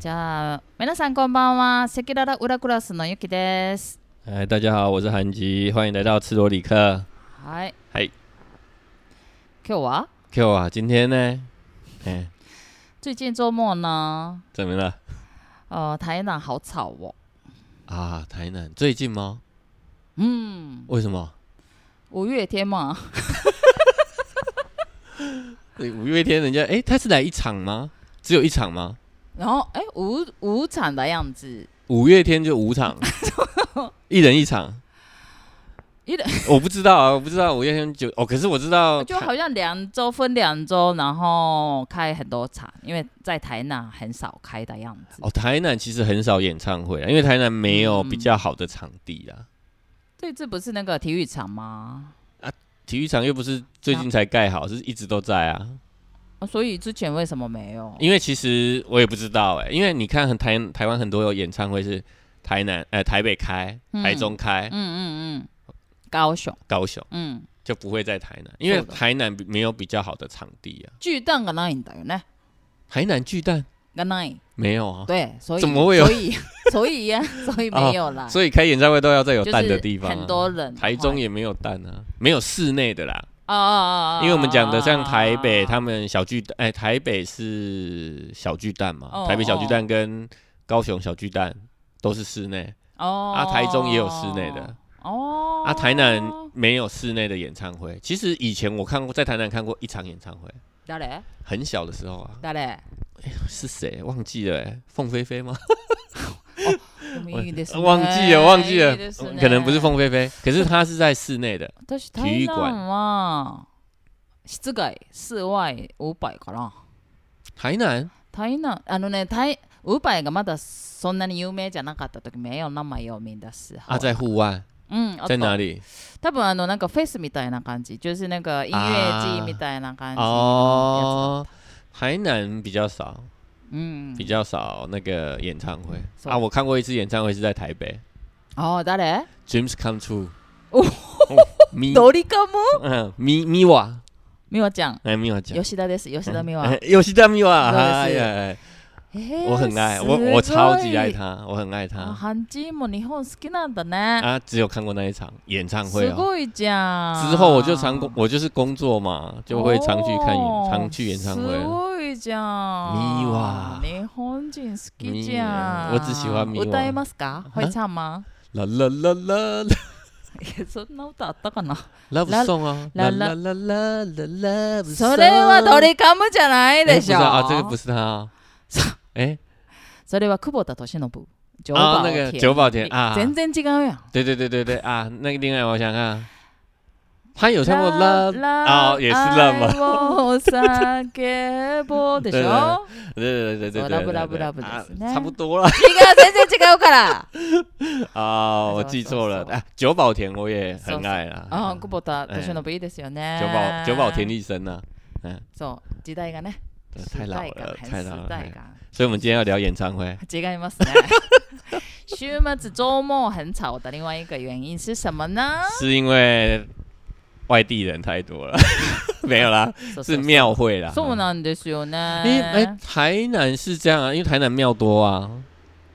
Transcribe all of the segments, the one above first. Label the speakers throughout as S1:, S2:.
S1: じゃあ皆さんこんばんは、セキララウラクラスのゆきです。
S2: 哎，大家好，我是韩吉，欢迎来到赤裸里克。
S1: はい。
S2: はい。
S1: 今日は
S2: Q 啊，今天呢，哎，
S1: 最近周末呢，
S2: 怎么了
S1: 呃，台南好吵哦。
S2: 啊？台南最近吗？
S1: 嗯，
S2: 为什么？
S1: 五月天嘛，
S2: 对五月天人家哎，他是来一场吗？只有一场吗？
S1: 然后哎五五场的样子，
S2: 五月天就 五场，一人一场。
S1: 一人，
S2: 我不知道啊，我不知道五月天就哦，可是我知道
S1: 就
S2: 台
S1: 好像两周分两周，然后开很多场，因为在台南很少开的样子。
S2: 哦，台南其实很少演唱会啊，因为台南没
S1: 嗯
S2: 有比较好的场地啊啦。
S1: 对，这不是那个体育场吗？
S2: 体育场又不是最近才盖好，是一直都在啊。
S1: 啊所以之前为什么没有？
S2: 因为其实我也不知道哎、因为你看很台台湾很多有演唱会是台南呃台北开、
S1: 嗯
S2: 台中开、
S1: 嗯嗯嗯，高雄，
S2: 高雄
S1: うん。
S2: 就不会在台南，因为
S1: そうだ
S2: 台南比没有比较好的场地啊。
S1: 巨蛋がないんだよね。
S2: 台南巨蛋
S1: がない。
S2: 没有啊，
S1: 对，所以
S2: 怎么会有哦
S1: 所以 所以呀、所以没有啦。
S2: 所以开演唱会都要在有
S1: 啊就是
S2: 蛋的地方啊、
S1: 很多人。
S2: 台中也没有蛋啊，没有室内的啦。
S1: 啊啊啊啊！
S2: 因为我们讲的像台北，
S1: 们
S2: 他们小巨蛋，哎、台北是小巨蛋嘛，
S1: 哦
S2: 台北小巨蛋跟高雄小巨蛋都是室内，
S1: 哦，
S2: 啊，台中也有室内的。
S1: 哦。
S2: 啊，台南没有室内的演唱会。其实以前我看过，在台南看过一场演唱会，
S1: 誰
S2: 很小的时候啊，
S1: 誰？
S2: 是谁忘记了、欸？凤飞飞吗？
S1: いいですね
S2: 忘记了，忘记了
S1: いいですね
S2: 可能不是凤飞飞，可是她是在室内的。
S1: 私
S2: 体育
S1: 台
S2: 館
S1: 南は室外室外五百かな。
S2: 台南
S1: 台南あのね台ウーパイがまだそんなに有名じゃなかった時没有那么有名的时候。
S2: 啊，在户外，
S1: 嗯，あと
S2: 在哪里？
S1: 多分あのなんかフェスみたいな感じ、就是那个音乐季みたいな感じ。
S2: 哦，台南比较少，
S1: 嗯
S2: 比，较少那个演唱会
S1: そう
S2: 啊。我看过一次演唱会是在台北
S1: 哦，誰？
S2: ，Dreams Come True
S1: 哦。
S2: 咪
S1: ドリカム？
S2: 嗯咪咪瓦，
S1: 美和ちゃん、
S2: 哎咪瓦讲，
S1: 吉田です。吉田美和。
S2: 哎吉田咪瓦，
S1: そうです
S2: 哎呀。哎
S1: えー
S2: 我很爱我，我超级爱。
S1: す
S2: 他，我很爱
S1: ごいあ
S2: 他
S1: ハンジーも日本好きなんだね。
S2: 啊！只有看过那一场演唱会
S1: す
S2: 哦，
S1: ごいじゃん。
S2: 之后我就常工，我就是工作嘛，就会常去看演，
S1: 哦
S2: 常去演唱
S1: す
S2: 会。
S1: ごいじゃん。
S2: 美和
S1: 日本人好きじ
S2: 美
S1: ゃん。
S2: 和我只喜欢美和
S1: 歌えますか？会唱吗？
S2: 啦啦啦啦啦
S1: いやそんな歌あったかな。
S2: ，Love Song 啊，
S1: 啦啦
S2: 啦啦啦啦啦 Love Song。
S1: それはドリカムじゃない
S2: 哎
S1: で
S2: 不
S1: し
S2: 是
S1: ょ。
S2: 啊，这个不是他啊
S1: そ。
S2: 哎，
S1: それは久保田利信。久
S2: 啊，
S1: 保
S2: 那个久保田啊，
S1: 全然違うやん。
S2: 对对对对对啊，那个另外我想看啊，他有唱过 Love，啊也是 Love 嘛
S1: も。叫ぼ うでし
S2: 对
S1: ょ。
S2: 对对对对对对，
S1: Love Love Love
S2: 对啊
S1: ですね
S2: 差不多了
S1: 違う、全然違う から。
S2: 啊，我
S1: 走
S2: 记
S1: 走
S2: 错了
S1: 走
S2: 啊，久保田我也
S1: 走
S2: 很
S1: 走
S2: 爱啦。嗯
S1: あ、久保田利信いいですよ
S2: 久
S1: ね
S2: 保。久保田。利生呐、
S1: そう、時代がね。
S2: 呃太老了，
S1: 時
S2: 太
S1: 代
S2: 老
S1: 感
S2: 了。
S1: 時代
S2: 哎
S1: 感
S2: 所以我们今天要聊演唱会，
S1: 違いますね。週末周末很吵的另外一个原因是什么呢？
S2: 是因为外地人太多了， 没 有啦，
S1: そうそう
S2: 是
S1: そう
S2: 庙会啦。
S1: そうなんですよね。
S2: 因为哎、台南是这样啊，因为台南庙多啊，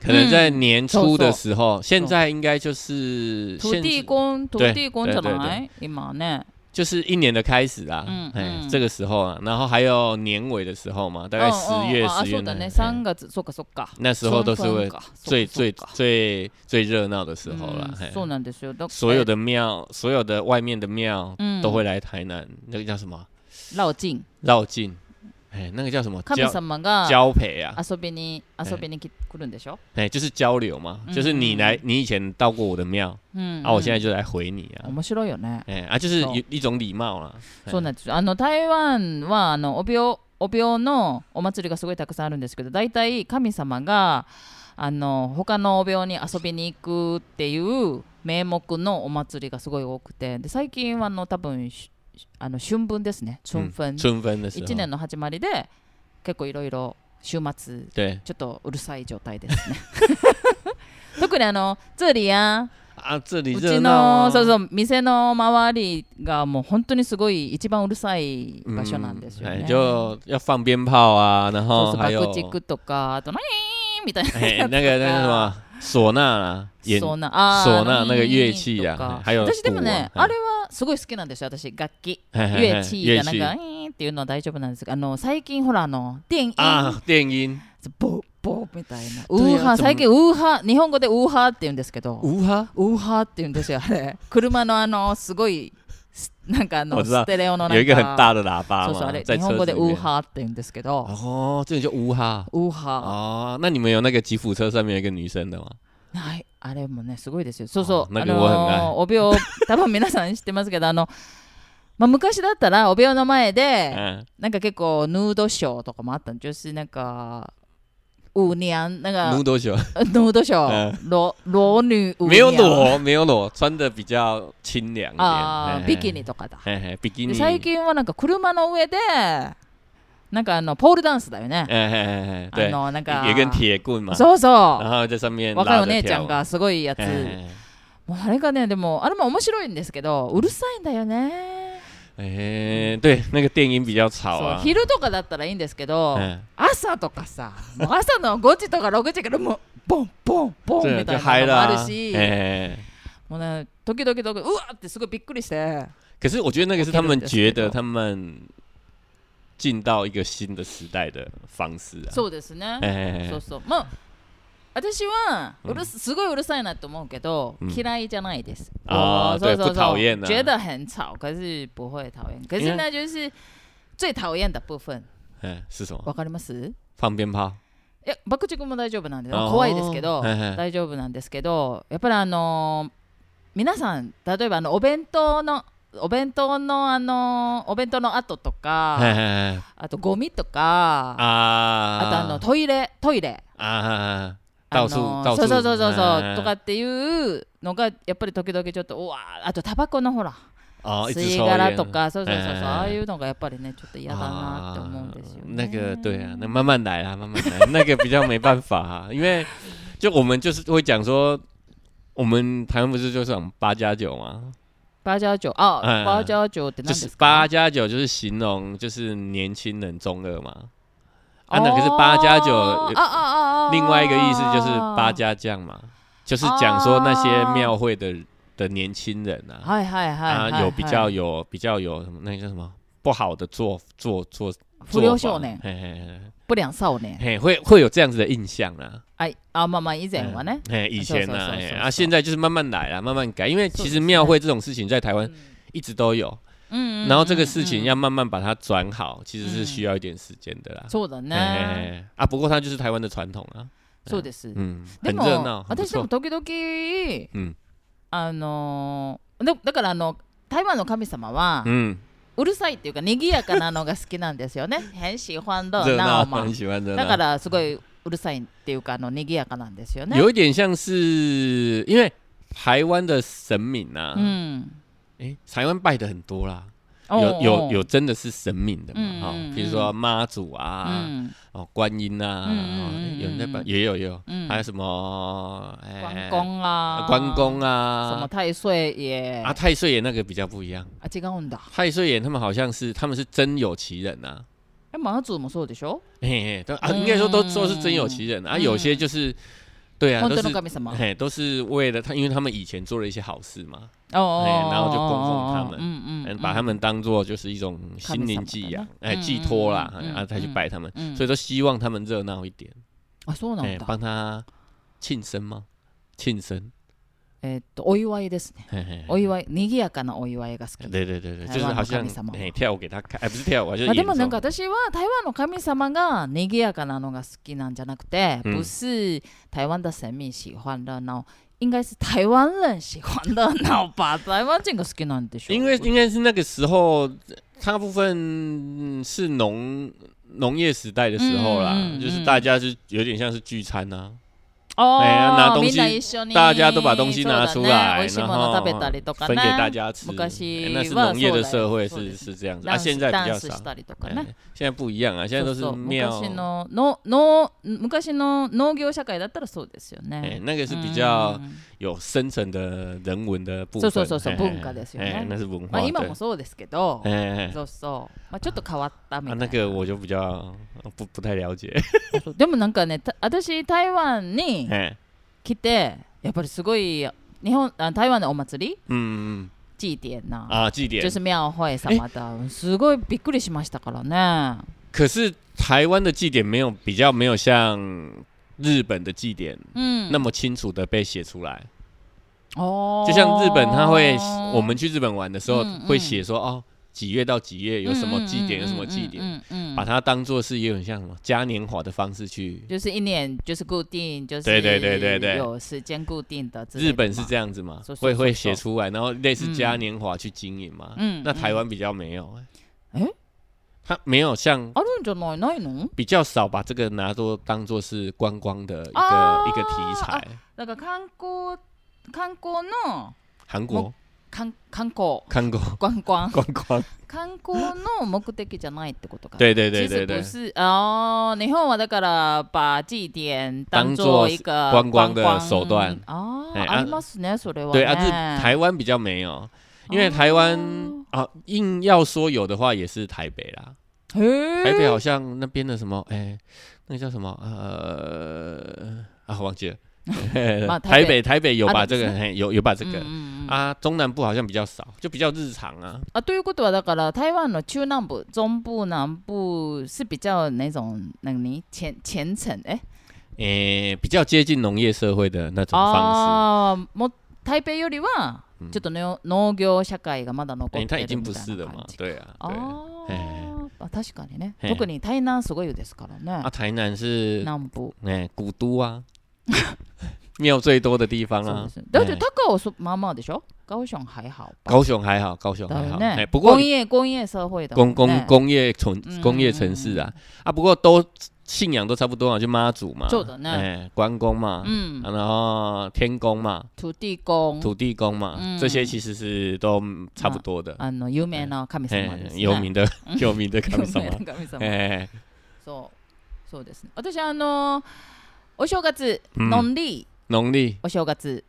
S2: 可能在
S1: 嗯
S2: 年
S1: そうそ
S2: 初
S1: う
S2: 的时候，现在应该就是
S1: 土
S2: 现
S1: 地公土地公じゃない今ね。
S2: 就是一年的开始啦，
S1: 嗯
S2: 哎、
S1: 嗯哦
S2: 这个时候啊，然后还有年尾的时候嘛，大概十月、
S1: あ
S2: 十月
S1: そうだ
S2: 那
S1: ね。
S2: 哎
S1: 三月、そっかそっか。
S2: 那时候都是
S1: 春分
S2: 会
S1: 嗯か
S2: 最
S1: そっ
S2: 最
S1: かそっか
S2: 最最热闹的时候啦。
S1: うん
S2: 嘿
S1: そうなんですよ。だ
S2: 所有的庙，所有的外面的庙
S1: 嗯
S2: 都会来台南，那个叫什么
S1: 老人
S2: 绕境，哎，那个叫什么
S1: 神
S2: 交
S1: 様が
S2: 交配啊？
S1: 遊びに遊びに来来るんでしょ。
S2: 哎，就是交流嘛，
S1: 嗯
S2: 就是你来，你以前到过我的庙，
S1: うん。
S2: 啊，我现在就来回你啊，
S1: 面白いよね。
S2: 哎啊，就是
S1: そう
S2: 有一种礼貌啦。哎
S1: そうなんですよ。あの台湾はあのお廟お廟のお祭りがすごいたくさんあるんですけど、大体神様があの他のお廟に遊びに行くっていう名目のお祭りがすごい多くて、で最近はあの多分しあの春分ですね。春分。
S2: 嗯春分的时
S1: 一
S2: 候
S1: 年，の始まりで結構いろいろ週末
S2: 对
S1: ちょっとうるさい状態ですね。特にあのツーリーや
S2: 啊，这里
S1: う
S2: 热
S1: ち
S2: 闹
S1: の
S2: 啊
S1: そうそう店の周りがもう本当にすごい一番うるさい
S2: 嗯
S1: 場所なんですよ
S2: 哎
S1: ね。
S2: 就要放鞭炮啊，然
S1: そう
S2: 后
S1: そう
S2: 还有
S1: 爆竹とかあと何ーンみたい な
S2: 嘿
S1: やつ
S2: 那个那个什
S1: が
S2: 么唢呐啊，演
S1: 唢呐あー
S2: 唢呐那个乐器
S1: とか
S2: 啊，嘿还有
S1: 私でも
S2: 鼓
S1: ね
S2: 啊，
S1: あれはすごい好きなんですよ私楽器
S2: 嘿嘿嘿
S1: 乐器がなんか
S2: 乐器
S1: えーっていうのは大丈夫なんですがあの最近ほらあの電音
S2: 啊，电音
S1: ボッボッみたいなウ
S2: 对
S1: ー
S2: や
S1: ハー
S2: 怎么
S1: 最近ウーハー日本語でウーハーって言うんですけど
S2: 无哈，
S1: ウーハーって言うんですよあれ車のあのすごいすなんかあ
S2: 我
S1: の
S2: 知道
S1: ステレオのなんか
S2: 有一个很大的喇叭
S1: そうそうあ
S2: 嘛
S1: れ，
S2: 在
S1: 日本
S2: 车
S1: 語
S2: 子
S1: で
S2: 里
S1: ウー
S2: 面。
S1: ハーって言うんですけど
S2: 哦，这个叫无哈
S1: ウーハー
S2: 哦。那你们有那个吉普车上面有一个女生的吗？
S1: はい、あれもね、すごいですよ。そうそう、
S2: あ
S1: あ
S2: なんかご飯が
S1: のーお病、多分皆さん知ってますけど、あの、まあ、昔だったら、お病の前で、
S2: 嗯，
S1: なんか結構、ヌードショーとかもあったんです。なんか、ウーニャン、なんか、
S2: 撸多久？
S1: ヌードショー、ロローヌーウーニャン。
S2: 没有裸，没有裸，穿的比较清凉一点。
S1: あ
S2: 嘿
S1: ー
S2: 嘿
S1: ビキニとかだ。
S2: 嘿嘿，比
S1: で
S2: 基尼。
S1: 最近はなんか、車の上で、なんかあの、ポールダンスだよね。
S2: 哎哎哎，
S1: あ
S2: 对，
S1: の、なんか、
S2: 也跟铁棍嘛，
S1: そうそ
S2: 然后在上面
S1: う、若い
S2: 拉
S1: お
S2: 着
S1: 姉ちゃ
S2: 跳
S1: ん
S2: 舞。
S1: がすごいやつ。
S2: 嘿嘿
S1: もうあれがねでもあれも面白いんですけどうるさいんだよね、
S2: 哎，对，那个电音比较吵
S1: そう
S2: 啊。
S1: 昼とかだったらいいんですけど、
S2: 嗯，
S1: 朝とかさもう朝の5時とか6時からもうボンボンボン
S2: 这
S1: み
S2: 就
S1: た
S2: 嗨
S1: いなの
S2: 了
S1: もある。
S2: 啊
S1: し、
S2: 哎，
S1: もうね時々とうわってすごいびっくりして
S2: 可是我觉得那个是他们
S1: 我觉得
S2: 觉
S1: 这
S2: 得
S1: 个
S2: 他们进到一个新的时代的方式啊。
S1: そうですね、
S2: 哎
S1: そうそうまあ私はうるす,、すごいうるさいなと思うけど、
S2: うん
S1: 嫌いじゃないです。
S2: あー
S1: 我そうそう
S2: 对不
S1: そ
S2: 讨
S1: う
S2: 厌啊
S1: 觉得很吵，可是不会讨厌。可是呢，就是最讨厌的部分，
S2: 嗯，是什么？
S1: わかります？
S2: 放鞭炮。
S1: いや爆竹も大丈夫なんです
S2: あー
S1: 怖いですけど
S2: はいはい
S1: 大丈夫なんですけどやっぱりあのー皆さん例えばあのお弁当のお弁当のあのーお弁当の後と
S2: 嘿嘿
S1: か
S2: 嘿
S1: あとゴミとかあ
S2: 啊
S1: とあのトイレトイレ
S2: 啊，
S1: あの
S2: 到处
S1: ー
S2: 到
S1: そ
S2: 处，
S1: うそうそうそうそう
S2: 嗯
S1: とかっていうのがやっぱり時々ちょっとうわーあとタバコのほら
S2: 哦，一直
S1: 吸い
S2: 抽烟
S1: 殻とかそうそうそうそう
S2: 哎
S1: ああいうのがやっぱりねちょっと嫌だなって思うんですよ
S2: 啊
S1: ね
S2: 那个对啊，那慢慢来啦，慢慢来，那个比较没办法、啊， 因为就我们就是会讲说，我们台湾不是就是讲八加九吗？
S1: バージャージョーあ
S2: うん
S1: バージャージョーって
S2: 就
S1: 何ですすか
S2: 八加九就是形容就是年轻人中二嘛。啊，那可是八加
S1: 哦
S2: 九
S1: 啊，啊啊啊！
S2: 另外一个意思就是八。家将嘛，就是讲说那些庙会的的年轻人啊，
S1: はいはいはいは
S2: 啊
S1: い。
S2: 有比较有比较有什么那个叫什么不好的做做做
S1: 不良少年
S2: 做法嘿嘿嘿
S1: 不良少年。
S2: 嘿，会会有这样子的印象啦。
S1: はい。あまあまあ以前はね。
S2: 哎，以前
S1: 是是
S2: 呢，
S1: 是
S2: 哎
S1: 是是
S2: 啊，现在就是慢慢来啦，慢慢改，因为其
S1: 是
S2: 实
S1: 是
S2: 庙会这种事情在台湾一直都有，
S1: うん。
S2: 然后这个事
S1: 嗯
S2: 情要慢慢把它转好，其实是需要一点时间的啦。
S1: そうだ
S2: 哎哎
S1: ね。
S2: 哎啊，不过它就是台湾的传统啊，
S1: そうです。
S2: 嗯，
S1: で
S2: 很热闹，
S1: も
S2: 很不
S1: 私で
S2: 错
S1: も。時々
S2: 嗯
S1: あのでだからあの台湾の神様は
S2: 嗯，
S1: うるさいっていうか賑やかなのが好きなんですよ ね。変身欢
S2: 热
S1: 乐
S2: 闹，
S1: な ま
S2: 很喜欢热
S1: だ
S2: 闹
S1: か。らすごいうるさいっていうかあの賑やかなんですよね。
S2: 有一点像是，因为台湾的神明啊，
S1: うん。
S2: 哎、台湾拜的很多啦，有有有真的是神明的嘛，
S1: 哦嗯
S2: 哈、
S1: 嗯
S2: 比如说妈祖啊，哦观音啊，
S1: 嗯
S2: 哦
S1: 嗯嗯
S2: 有人在拜，
S1: 嗯
S2: 也有也有，
S1: 嗯
S2: 还有什么，哎
S1: 关公啦，
S2: 关公
S1: 什么
S2: 啊，
S1: 太岁爷
S2: 啊
S1: 啊，
S2: 太岁爷那个比较不一样，
S1: 違うんだ。
S2: 太岁爷他们好像是他们是真有其人啊。
S1: え、マ祖もそうでしょ？
S2: 嘿嘿，都啊，
S1: 嗯
S2: 应该说都都是真有其人啊，
S1: 嗯
S2: 有些就是，对啊，
S1: 本
S2: 都
S1: 当
S2: 是
S1: の神様。
S2: 嘿，都是为了他，因为他们以前做了一些好事嘛，
S1: 哦哦
S2: 哎然后就供奉他们
S1: 嗯
S2: 嗯，把他们当做就是一种心灵寄养，哎，
S1: 嗯
S2: 寄托啦，
S1: 嗯嗯
S2: 哎啊，再去拜他们，
S1: 嗯
S2: 所以都希望他们热闹一点，
S1: あ、そうな
S2: 哎
S1: ん、だ。
S2: 帮他庆生吗？庆生，
S1: えっとお祝いですね。
S2: 嘿嘿
S1: お祝い、賑やかなお祝いが好き。
S2: 对对对对，
S1: 台
S2: 就是
S1: 湾
S2: 好
S1: 的
S2: 像
S1: 神様
S2: 哎跳舞给他看，哎不是跳舞，就是
S1: まあで
S2: 演
S1: もなん
S2: 奏
S1: か。私は台湾の神様が賑やかなのが好きなんじゃなくて、
S2: うん
S1: 不是台湾的神明喜欢热闹，应该是台湾人喜欢热闹吧？台湾人が好きなんでしょう？
S2: 因为应该是那个时候，大部分是农农业时代的时候啦，
S1: 嗯嗯嗯
S2: 就是大家是有点像是聚餐啊，
S1: 哦、
S2: 哎呀拿东
S1: み
S2: 西
S1: んな一緒に
S2: 大家都把东西拿出
S1: そ
S2: 来，
S1: うだね美味しい
S2: 然
S1: もの
S2: 后
S1: 食べたりとか
S2: 分
S1: ね
S2: 给大家吃。
S1: 昔
S2: 哎那是
S1: は
S2: 农业的
S1: そうだよ
S2: 社会
S1: そうです
S2: 是这样子，
S1: ダ
S2: 啊，
S1: ンス
S2: 现在
S1: ダ
S2: 比较
S1: ンスし
S2: 少
S1: た。りとかね、
S2: 哎现在不一样啊，现在都
S1: そ
S2: 是
S1: うそう
S2: 庙。
S1: 昔ののの昔の農業社会だったらそうですよね。
S2: 哎、那个是比较
S1: うん
S2: 有深层的人文的部分，
S1: そうそうそうそう
S2: 哎
S1: 文化ですよね
S2: 哎那是文
S1: ま
S2: 化。
S1: あ、今
S2: 对
S1: もそうですけど、
S2: 哎、
S1: そうそう、まあ、ちょっと変わったみ
S2: 啊
S1: たい、な。
S2: 那个我就比较呃不不太 了解。
S1: そうでもなんかね、た私、台湾に
S2: 哎，
S1: 来て、やっぱりすごい日本あ台湾のお祭り、
S2: 嗯
S1: 祭典
S2: 嗯
S1: な、
S2: 啊，祭典
S1: 哦就。是庙会様だ、すごいびっくりしましたからね。
S2: 可是台湾的祭典没有比较，没有像日本的祭典、
S1: うん、
S2: 那么清楚的被写出来。
S1: おー
S2: 就像日本，他会我们去日本玩的时候
S1: 哦嗯嗯
S2: 会写说哦，几月到几月有什么祭典，有什么祭典，
S1: 嗯嗯嗯嗯嗯嗯
S2: 把它当做是有点像什么嘉年华的方式去。
S1: 就是一年就是固定，就是
S2: 对对对对对
S1: 有时间固定的之类的嘛。
S2: 日本是这样子嘛
S1: 是，是
S2: 会
S1: 是
S2: 会
S1: 是
S2: 写出来，然后类似
S1: 嗯
S2: 嘉年华去经营嘛。
S1: 嗯
S2: 那
S1: 嗯
S2: 台湾比较没有，哎
S1: 诶，
S2: 他没有像
S1: あるんじゃないないの？
S2: 比较少把这个拿做当做是观光的一个
S1: 哦
S2: 一个题材。
S1: だから観光観光の
S2: 韩 国
S1: 観観光
S2: 看过
S1: 观光
S2: 观 光，
S1: 観光の目的じゃないってことか。
S2: 对对
S1: 其
S2: 对
S1: 实不
S2: 对对，
S1: 是哦，日本はだから把祭典当
S2: 当作
S1: 一个
S2: 观光的
S1: 观光
S2: 手段
S1: 哦，
S2: 哎
S1: あ
S2: 啊
S1: りますねそれはね。
S2: 对啊，日台湾比较没有，因为台湾
S1: 哎哦
S2: 啊，硬要说有的话也是台北啦。
S1: へ
S2: 台北
S1: ー
S2: 好像那边的什么，哎、那个叫什么，呃，啊，忘 记了。
S1: 啊
S2: 台
S1: 台
S2: 北
S1: 北
S2: 台北有把
S1: 啊
S2: 这个，
S1: 是
S2: 嘿，有有把这个、
S1: うんうんうん
S2: 啊，中南部好像比较少，就比较日常啊。
S1: 啊，ということはだから台湾の中南部、中部、南部是比较那种那你虔虔诚哎
S2: 诶、比较接近农业社会的那种方式。
S1: あーもう台北よりは
S2: 嗯
S1: ちょっとの農業社会がまだ残
S2: 哎、
S1: ってる
S2: 他已
S1: みたい
S2: 经
S1: な
S2: 不
S1: 感
S2: 是
S1: じ
S2: 了嘛？对啊，对啊。
S1: あ
S2: え
S1: ーあ確かにね
S2: ええ
S1: 特に台南すごいですからね
S2: 啊，台南是
S1: 南部
S2: 哎、古都啊， 庙最多的地方
S1: そう
S2: 啊
S1: です。だって
S2: 哎
S1: 高雄そまあまあでしょ高雄还好吧
S2: 高雄还好，高雄
S1: だ
S2: 还
S1: よ
S2: 好。哎、
S1: ね
S2: 不过
S1: 工业工业社会だもん
S2: 工
S1: ね
S2: 工工业城
S1: 嗯
S2: 工业城市啊、啊，不过都信仰都差不多啊嘛，就妈祖嘛，
S1: そうだね
S2: 哎关公嘛、
S1: うん
S2: 啊然后天公嘛，
S1: 土地公
S2: 土地公嘛，
S1: 嗯嗯啊
S2: 这些其实是都嗯差不多的，
S1: あの有名な神
S2: 哎、
S1: 様ですね
S2: 有名的有 名的
S1: 嗯有
S2: 神
S1: 名
S2: 様，
S1: な神様
S2: 哎、
S1: そうそうですね私あのお正月
S2: 嗯
S1: 農历
S2: 农历
S1: お正月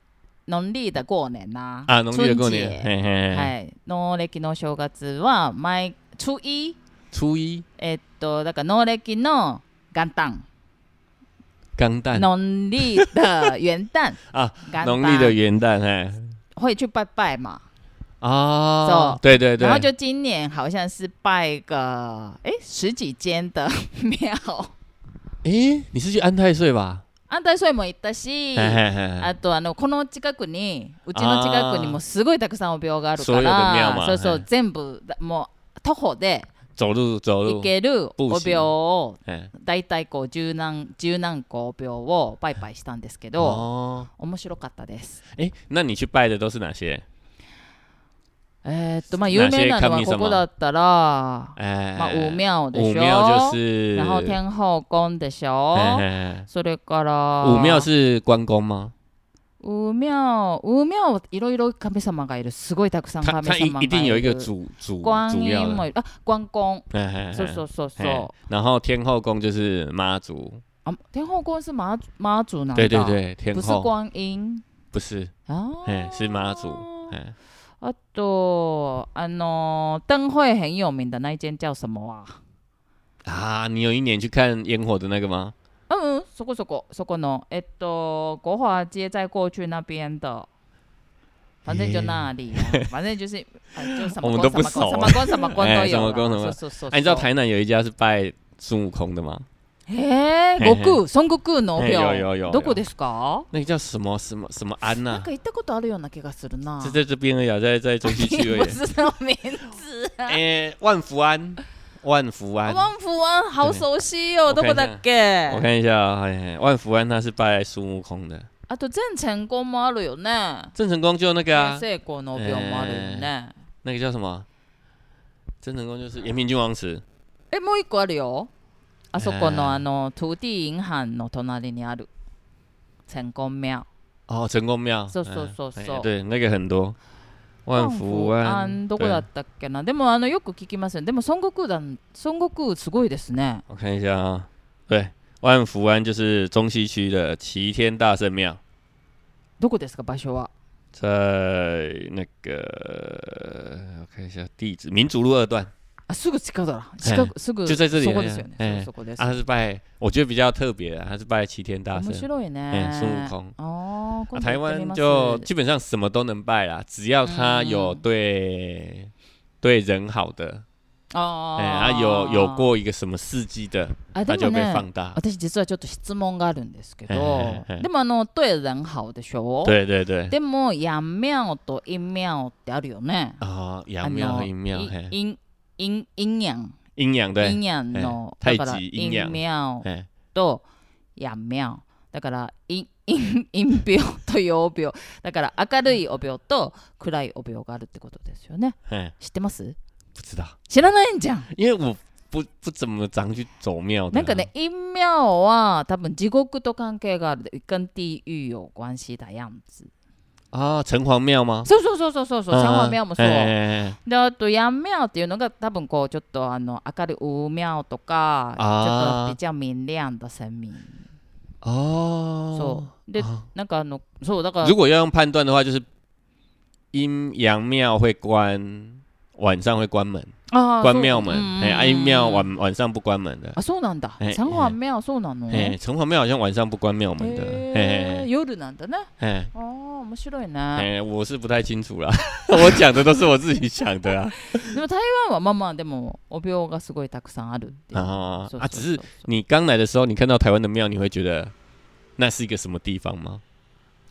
S1: 農历的过年な
S2: 啊，农历的过年，
S1: 春
S2: 哎
S1: 節
S2: 嘿嘿，嘿
S1: はい農暦のお正月は毎初一
S2: 初一
S1: えっとだから農暦の元旦
S2: 钢蛋，
S1: 農历的元 旦
S2: 啊
S1: 元旦
S2: 农历的元旦，哎、
S1: 会去拜拜嘛
S2: 啊，
S1: 走
S2: 对对对
S1: 然，后就今年好像是拜个哎十几间的庙
S2: 诶、你是去安太岁吧？哎
S1: 安泰岁も行ったし
S2: 嘿嘿嘿
S1: あとあのこの近くにうちの近くにもすごいたくさんお廟があるか
S2: そういうの宮
S1: ら
S2: も
S1: そうそ
S2: はいう
S1: 全部だもう徒歩で
S2: 走路走
S1: 行
S2: 路，
S1: けるお廟を
S2: 哎，
S1: 大体こう十何十何個お廟を拜拜したんですけど
S2: 哦，
S1: 面白かったです。
S2: 哎、那你去拜的都是哪些？
S1: えーっとまあ
S2: な
S1: 有
S2: んせ
S1: 名なのは
S2: 神様
S1: ここだったらま
S2: 哎、
S1: あ哦五庙で
S2: 五
S1: し
S2: 庙就
S1: ょ
S2: 是，
S1: 然后天哦后宫でしょ
S2: 哎哎
S1: それから
S2: 哎五庙是关公吗？
S1: 五庙五庙はいろいろ神様がいるすごいたくさん
S2: 他
S1: 神
S2: 他一
S1: 様がいる
S2: 一定有一个主主
S1: 观
S2: 主要
S1: 音も
S2: 的，
S1: いるあ关公
S2: 哎哎哎
S1: そうそうそうそ
S2: 哎
S1: う
S2: 然后天后宫就是妈祖，
S1: あ天后宫是妈妈祖なんだ
S2: 对对对，天
S1: 不是
S2: 后
S1: 观音
S2: 不是，
S1: あ
S2: 哎、是妈祖，哎、
S1: あとあの灯会很有名的那一间叫什么啊
S2: 啊，你有一年去看烟火的那个吗？
S1: うんうんそこそこそこのえっと国华街再过去那边的反正就那里 啊、反正就是，反正就是什么
S2: 我们
S1: 宫
S2: 都不
S1: 什么
S2: 熟
S1: 宫什么宫什么宫 都
S2: 哎什么
S1: 有
S2: 宫什么
S1: 了。そうそうそう
S2: 哎、你知道台南有一家是拜孙悟空的吗？
S1: へえ、
S2: へへ
S1: 悟空、孫悟空のお
S2: へよ
S1: 廟
S2: よよよ
S1: どこですか？
S2: 那个叫什么什么什么安
S1: なん
S2: 呐、
S1: か行ったことあるような気がする な。
S2: 就在这边而已、啊，在在中西区而已
S1: 不。是那名字啊。哦
S2: 哎、万福安，万福安，
S1: 万福安好熟悉哦，ど
S2: 对
S1: こだっけ
S2: 我？看一下啊、嘿嘿万福安他是拜孙悟空的，
S1: あと全成功もあるよね。
S2: 郑成功就那个啊，
S1: 成功のお廟もあるよね。
S2: 那个叫什么？郑成功就是延平郡王祠，
S1: え、もう一個あるよ。あそこ
S2: へー
S1: のあの、トゥーディーインハンの隣にある。成功庙。
S2: 哦，成功庙，
S1: そうそう
S2: 嗯
S1: そう
S2: 哎
S1: そう
S2: 对，那个很多，万福湾，
S1: どこ
S2: 对
S1: だったっけなでもあのよく聞きますよねでも孫悟空だ孫悟空すごいですね
S2: 我看一下啊，对，万福湾就是中西区的齐天大圣庙，
S1: どこですか場所は
S2: 在那个我看一下地址，民族路二段。啊
S1: あすぐ近くだな近くすぐ
S2: 就在这里
S1: そこですよね
S2: 哎哎
S1: そこです
S2: 啊，他是拜，我觉得比较特别啊，他是拜齐天大
S1: 面
S2: 圣，
S1: 白い
S2: 哎，孙
S1: ね
S2: 悟空。
S1: あー
S2: 啊、
S1: 今度
S2: 台
S1: 行ってみ
S2: 湾
S1: ます
S2: 就基本上什么都能拜啦，只要他有
S1: 嗯
S2: 对、对人好的，
S1: あ
S2: 哎、
S1: ー
S2: 啊有有过一个什么事迹的，
S1: あ
S2: 他
S1: で
S2: 就
S1: も
S2: 被
S1: ね
S2: 放大。
S1: 私実はちょっと質問があるんですけ
S2: はいは
S1: ど
S2: いはいはい
S1: でもあの「トエランハオ」でしょ
S2: 对对哦对，
S1: でも「ヤンミャオ」と「インミャオ」ってあるよね
S2: 啊，
S1: あ
S2: 阳庙
S1: の
S2: 和阴庙，
S1: い
S2: 嘿，
S1: インインインヤン
S2: 阴阳
S1: イン
S2: 对，
S1: ヤンの
S2: ええ
S1: だからイ
S2: 太極
S1: ン
S2: 陰
S1: ミ
S2: 陽
S1: ャオ
S2: 哎，
S1: とヤンミャオだからインインイン病と陽病だから明るいお病と暗いお病があるってことですよね
S2: 哎，
S1: 知ってます
S2: 不知道，
S1: 知らないんじゃん
S2: 因为我不不怎么常去走庙的、
S1: なんかね、陰陽は多分地獄と関係があるで、一貫地狱有关系的样子。
S2: 啊，城隍庙吗？
S1: そうそうそうそうそうそう、シャワーミャオもそう。
S2: 哎哎哎
S1: で、あと、ヤンミャオっていうのが多分こう、ちょっとあの明るいウミャオとか、ちょ
S2: あ
S1: っ
S2: ー
S1: と比較明亮的生命。
S2: 哦，
S1: そう。で、
S2: 啊
S1: なんかあの、そう、だから
S2: 如、果要用判断的话，就是阴阳庙会关，晚上会关门，
S1: あー
S2: 关庙门
S1: そううん。
S2: 哎，啊阴庙
S1: 嗯
S2: 晚晚上不关门的。
S1: あ、そうなんだ。シ
S2: ええ
S1: ャワーミャオそうなの
S2: 哎，城隍庙好像晚上不关庙门的。
S1: へー
S2: 哎
S1: 夜なんだね。
S2: 哎
S1: ああ、面白い
S2: 哎，
S1: ね。
S2: 嘿我是不太清楚啦， 我讲的都是我自己想的啊。
S1: でも台湾はまあまあ、でも、お病がすごいたくさんあるっていう。
S2: 啊
S1: そうそうそう
S2: 啊，只是你刚来的时候，你看到台湾的庙，你会觉得那是一个什么地方吗？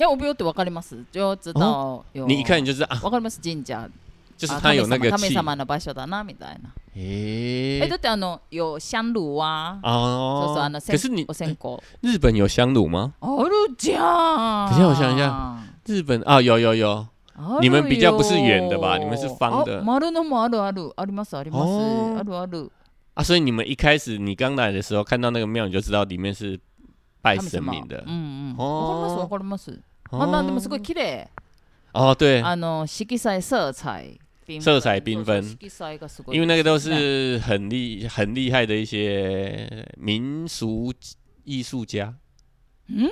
S1: いや、お病ってわかります。よ知道よ。
S2: 你一看你就知道啊，
S1: わかります、神社。
S2: 就是
S1: あ
S2: 它有那个
S1: 神
S2: 气
S1: 様神。様の場所だな、みたいな。え、
S2: 哎
S1: だってあの、よ、シャンルーは。そうそう、あ
S2: 哦
S1: の、せ
S2: 可
S1: ん
S2: 是你
S1: お線香。
S2: 日本有香炉吗？
S1: あるじゃん。
S2: 等一下我想一下。日本啊，有有有，
S1: あるよ
S2: 你们比较不是圆的吧你们是方的
S1: あ丸のもあるある。あります、あります。
S2: 哦
S1: あるある。
S2: 啊，所以你们一开始你刚来的时候看到那个庙，你就知道里面是拜神明的
S1: 神様うんうん。わ
S2: 哦
S1: かります、わかります。
S2: 哦
S1: まあまあ、でもすごい綺麗。
S2: 哦，对，
S1: あの、色彩、色彩。缤纷
S2: 色彩缤纷
S1: そうそう色彩がすごい。
S2: 因为那个都是很厉很厉害的一些民俗艺术家，
S1: 嗯，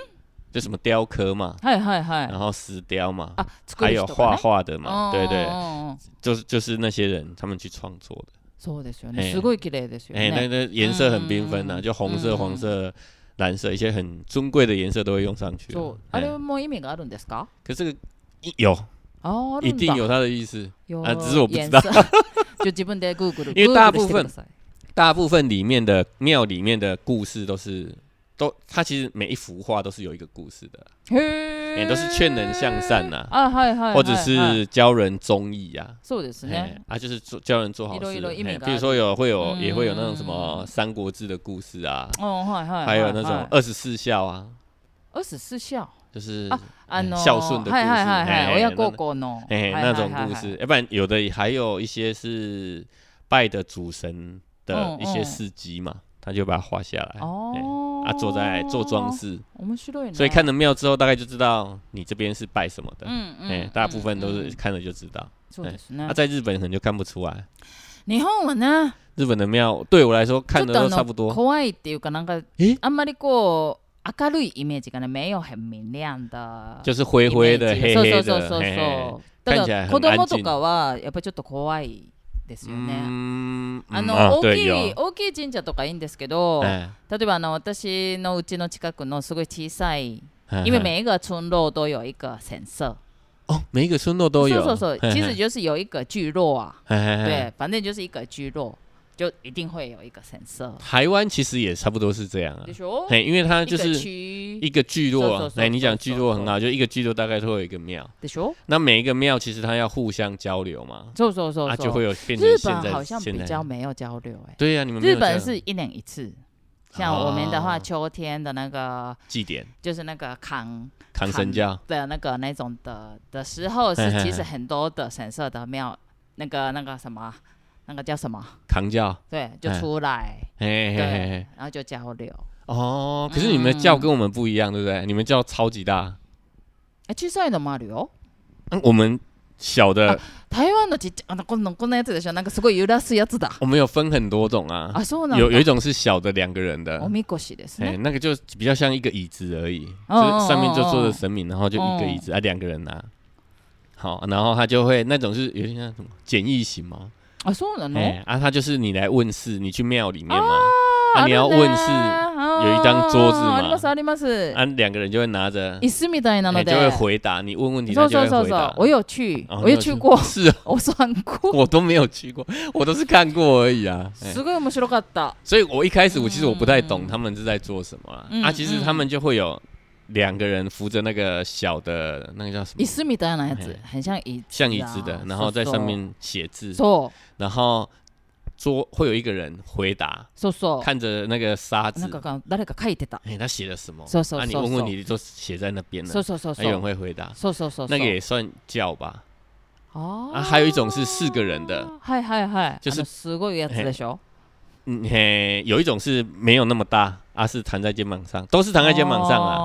S2: 就什么雕刻嘛，
S1: はいはいはい
S2: 然。后石雕嘛，
S1: あ、作
S2: 还
S1: る
S2: 有
S1: 人
S2: 画
S1: がね。
S2: 画的嘛，哦
S1: う
S2: 对
S1: ん
S2: 对，
S1: うんうんうん
S2: 就是就是那些人他们去创作的，
S1: そうですよ
S2: え
S1: ね。
S2: え
S1: すごい綺麗ですよ
S2: 哎、
S1: ね。
S2: 那个颜色很缤纷呐，
S1: 嗯
S2: 就红
S1: 嗯
S2: 色、黄色、蓝色，一些很尊贵的颜色都会用上去了。
S1: そう。
S2: 哎
S1: あれも意味があるんですか？
S2: 可是这个一有
S1: あある
S2: 一
S1: んだ。
S2: 定有它的意思。
S1: 有
S2: 啊只是我不知
S1: 颜
S2: 道
S1: 色。就自分で Google。
S2: 因为大部分大部分里面的庙里面的故事都是都，它其实每一幅画都是有一个故事的，
S1: へ
S2: 哎
S1: え。
S2: 都是劝人向善呐
S1: あはいはいはいはい。
S2: 或者是教人忠义啊。
S1: そうです
S2: 哎
S1: ね。
S2: 啊，就是做教人做好
S1: 一
S2: 事
S1: 路
S2: 的，
S1: 一路一
S2: 哎
S1: 米
S2: 比如说有会有
S1: 嗯
S2: 也会有那种什么《三国志》的故事啊，
S1: 哦はいはいはい。
S2: 还有那种
S1: はい。
S2: 二十四孝啊，
S1: 二十四孝。
S2: 就是
S1: 啊あのー
S2: 孝顺的故事
S1: はいはいはいはい。
S2: ええ
S1: 親孝行の。
S2: 哎
S1: はい
S2: 那
S1: はいは
S2: 种
S1: いはい
S2: 故事，要不然有的还有一些是拜的主神的
S1: 嗯
S2: 一些
S1: 嗯
S2: 事迹嘛，他就把它画下来，
S1: 哦。
S2: 啊，做在做装。饰，
S1: 面白いね。
S2: 所以看了庙之后，大概就知道你这边是拜什么的。
S1: うんうん。
S2: 哎、大部分都
S1: うんう
S2: 是
S1: ん
S2: 看了就知道。
S1: そうですね
S2: 啊，。在日本可能就看不出来。
S1: 日本はね。
S2: 日本的庙对我来说
S1: ちょ
S2: 看
S1: っ
S2: 的
S1: とあ
S2: 都差
S1: の
S2: 不多。
S1: 怖いっていうかなんか
S2: え
S1: あんまりこう明るいイメージがね目を很明亮的
S2: 就是灰灰的、
S1: イメ
S2: 黑
S1: ージ
S2: 黑
S1: そうそうそうそう
S2: 的，嘿嘿
S1: そうだから
S2: 看起来很
S1: 子供とかはやっぱりちょっと怖いですよね、
S2: 嗯，
S1: あ
S2: 嗯
S1: の、
S2: 啊
S1: 大
S2: 对
S1: きい
S2: 有，
S1: 大きい神社とかいいんですけど、
S2: 哎，
S1: 例えばあの私のうちの近くのすごい小さい、
S2: 嘿
S1: 因为
S2: 嘿
S1: 每一个村落都有一个神社，
S2: 哎哦，每一个村落都
S1: そう
S2: 有，
S1: そうそう
S2: 嘿，嘿
S1: 其实就是有一个聚落啊，
S2: 嘿嘿嘿
S1: 对，反正就是一个聚落，就一定会有一个神社，
S2: 台湾其实也差不多是这样啊
S1: で，しょ？
S2: 嘿，因为它就
S1: 一个
S2: 是
S1: 区
S2: 一个聚落
S1: 搜搜
S2: 啊，
S1: 搜
S2: 哎，你讲
S1: 搜
S2: 聚
S1: 搜
S2: 落很好，就一个聚落大概都会有一个庙，
S1: でしょ？
S2: 那每一个庙其实它要互相交流嘛，
S1: そうそうそうそう。
S2: 啊，就会有变成
S1: 日
S2: 现
S1: 本
S2: 在
S1: 好像
S2: 现
S1: 比
S2: 在
S1: 较没有交流哎、
S2: 对呀、你们没有
S1: 日本
S2: 这样
S1: 是一年一次，像我们的话，秋天的那个
S2: 祭典
S1: 就是那个扛
S2: 扛神教，
S1: 的那个那种的的时候，
S2: 嘿嘿
S1: 是
S2: 嘿
S1: 其实很多的神社的庙，那个那个什么，那个叫什么？
S2: 扛教，
S1: 对，就
S2: 嗯
S1: 出来，
S2: 嘿嘿嘿
S1: 对
S2: 嘿，
S1: 然后就交流。
S2: 哦，可是你们的叫跟我们不一样，对不对？你们叫超级大，
S1: え小さいのもあるよ。
S2: 嗯我们小的，
S1: 台湾のちっちゃい、あのこのこんなやつでしょ。なんかすごい揺らすやつだ。
S2: 我们有分很多种啊。
S1: あ、そうなんだ。
S2: 有有一种是小的两个人的
S1: お，みこしです
S2: 哎、
S1: ね。
S2: 那个就比较像一个椅子而已，
S1: 哦哦
S2: 就是上面就坐
S1: 哦哦
S2: 着神明，然后就一个椅子、啊，两个人拿、好，然后他就会那种是有点像什么简易型嘛，
S1: あ、そうなの？
S2: 哎、啊，他就是你来问事，你去庙里面嘛，
S1: あ
S2: 啊
S1: あ
S2: 你
S1: るね
S2: 要问事
S1: あー
S2: 有一张桌子嘛
S1: ありますあります。
S2: 啊，两个人就会拿着，
S1: 椅子みたいな
S2: 哎
S1: の
S2: 就
S1: で。
S2: 会回答你问问题，
S1: そう
S2: 他就
S1: そうそうそ
S2: 会回
S1: う
S2: 答。。
S1: 我有去，
S2: 哦，
S1: 我有去过
S2: 是、哦，
S1: 我算过，
S2: 我都没有去过，我都是看过而已啊。哎
S1: すごい面白かった。
S2: 所以我一开始我其实我不太
S1: 嗯
S2: 懂他们是在做什么啊，
S1: 嗯
S2: 啊其实
S1: 嗯
S2: 他们就会有两个人扶着那个小的那个叫什么
S1: 椅？子啊みたいなやつ
S2: 哎，
S1: 很像椅子啊，
S2: 像椅子的，然后在上面写字，
S1: そう
S2: 然后桌会有一个人回答，
S1: そうそうそ
S2: 看着那个沙
S1: う。
S2: 子
S1: なん，かが誰か書いてた。
S2: 哎、他写了什么？
S1: そうそう
S2: 啊，你
S1: そう
S2: 问
S1: そう
S2: 问。题就写在那边了
S1: そう，そうそうそ
S2: 那、有人
S1: う。
S2: 会回答，
S1: そうそうそうそう。
S2: 那个也算叫吧？
S1: あー
S2: 啊还有一种是四个人的。
S1: はいはいはい。
S2: 就是
S1: あのすごいやつでしょ。
S2: 嗯嘿，有一种是没有那么大，啊是弹在肩膀上，都是弹在肩膀上啊。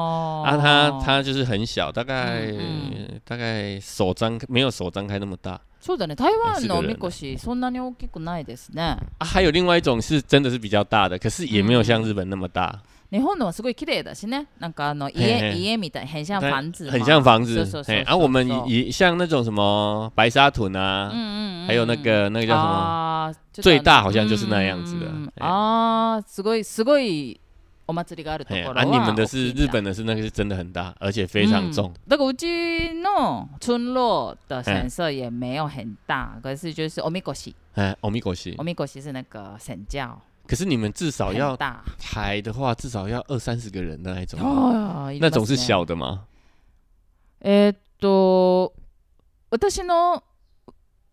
S1: あ
S2: 啊，它它就是很小，大概、
S1: 哦嗯
S2: 大概手张没有手张开那么大
S1: そうだね。台湾のお
S2: 四个人的
S1: みこしそんなに大きくないですね。
S2: 啊。还有另外一种是真的是比较大的，可是也没有像日本那么大，
S1: 日本のはすごい綺麗だしね。なんかあの
S2: 嘿
S1: 家
S2: 嘿
S1: 家みたい、很像
S2: 但
S1: 房子嘛，
S2: 很像房子
S1: 嗯是是。是
S2: 哎，
S1: 是
S2: 啊，我们
S1: 是
S2: 也像那种什么白沙屯啊，
S1: 嗯嗯嗯，
S2: 还有那个那个叫什么，
S1: 啊，就
S2: 最
S1: 是
S2: 大好像就是那样子的
S1: 嗯嗯嗯
S2: 哎
S1: 啊，すごいすごいお祭りがあるとこ
S2: 哎，
S1: ろは。
S2: 啊，你们的是日本的是那个是真的很大，而且非常重。
S1: だからうちの村落的神社也没有很大，可是就是おみこし，
S2: 哎，欧米果西
S1: お，みこし是那个神教，
S2: 可是你们至少
S1: 很
S2: 要
S1: 大。
S2: 抬的话，至少要二三十个人的那一种吧，
S1: 哦，いりますね
S2: 那种是小的吗？
S1: えーっと、私の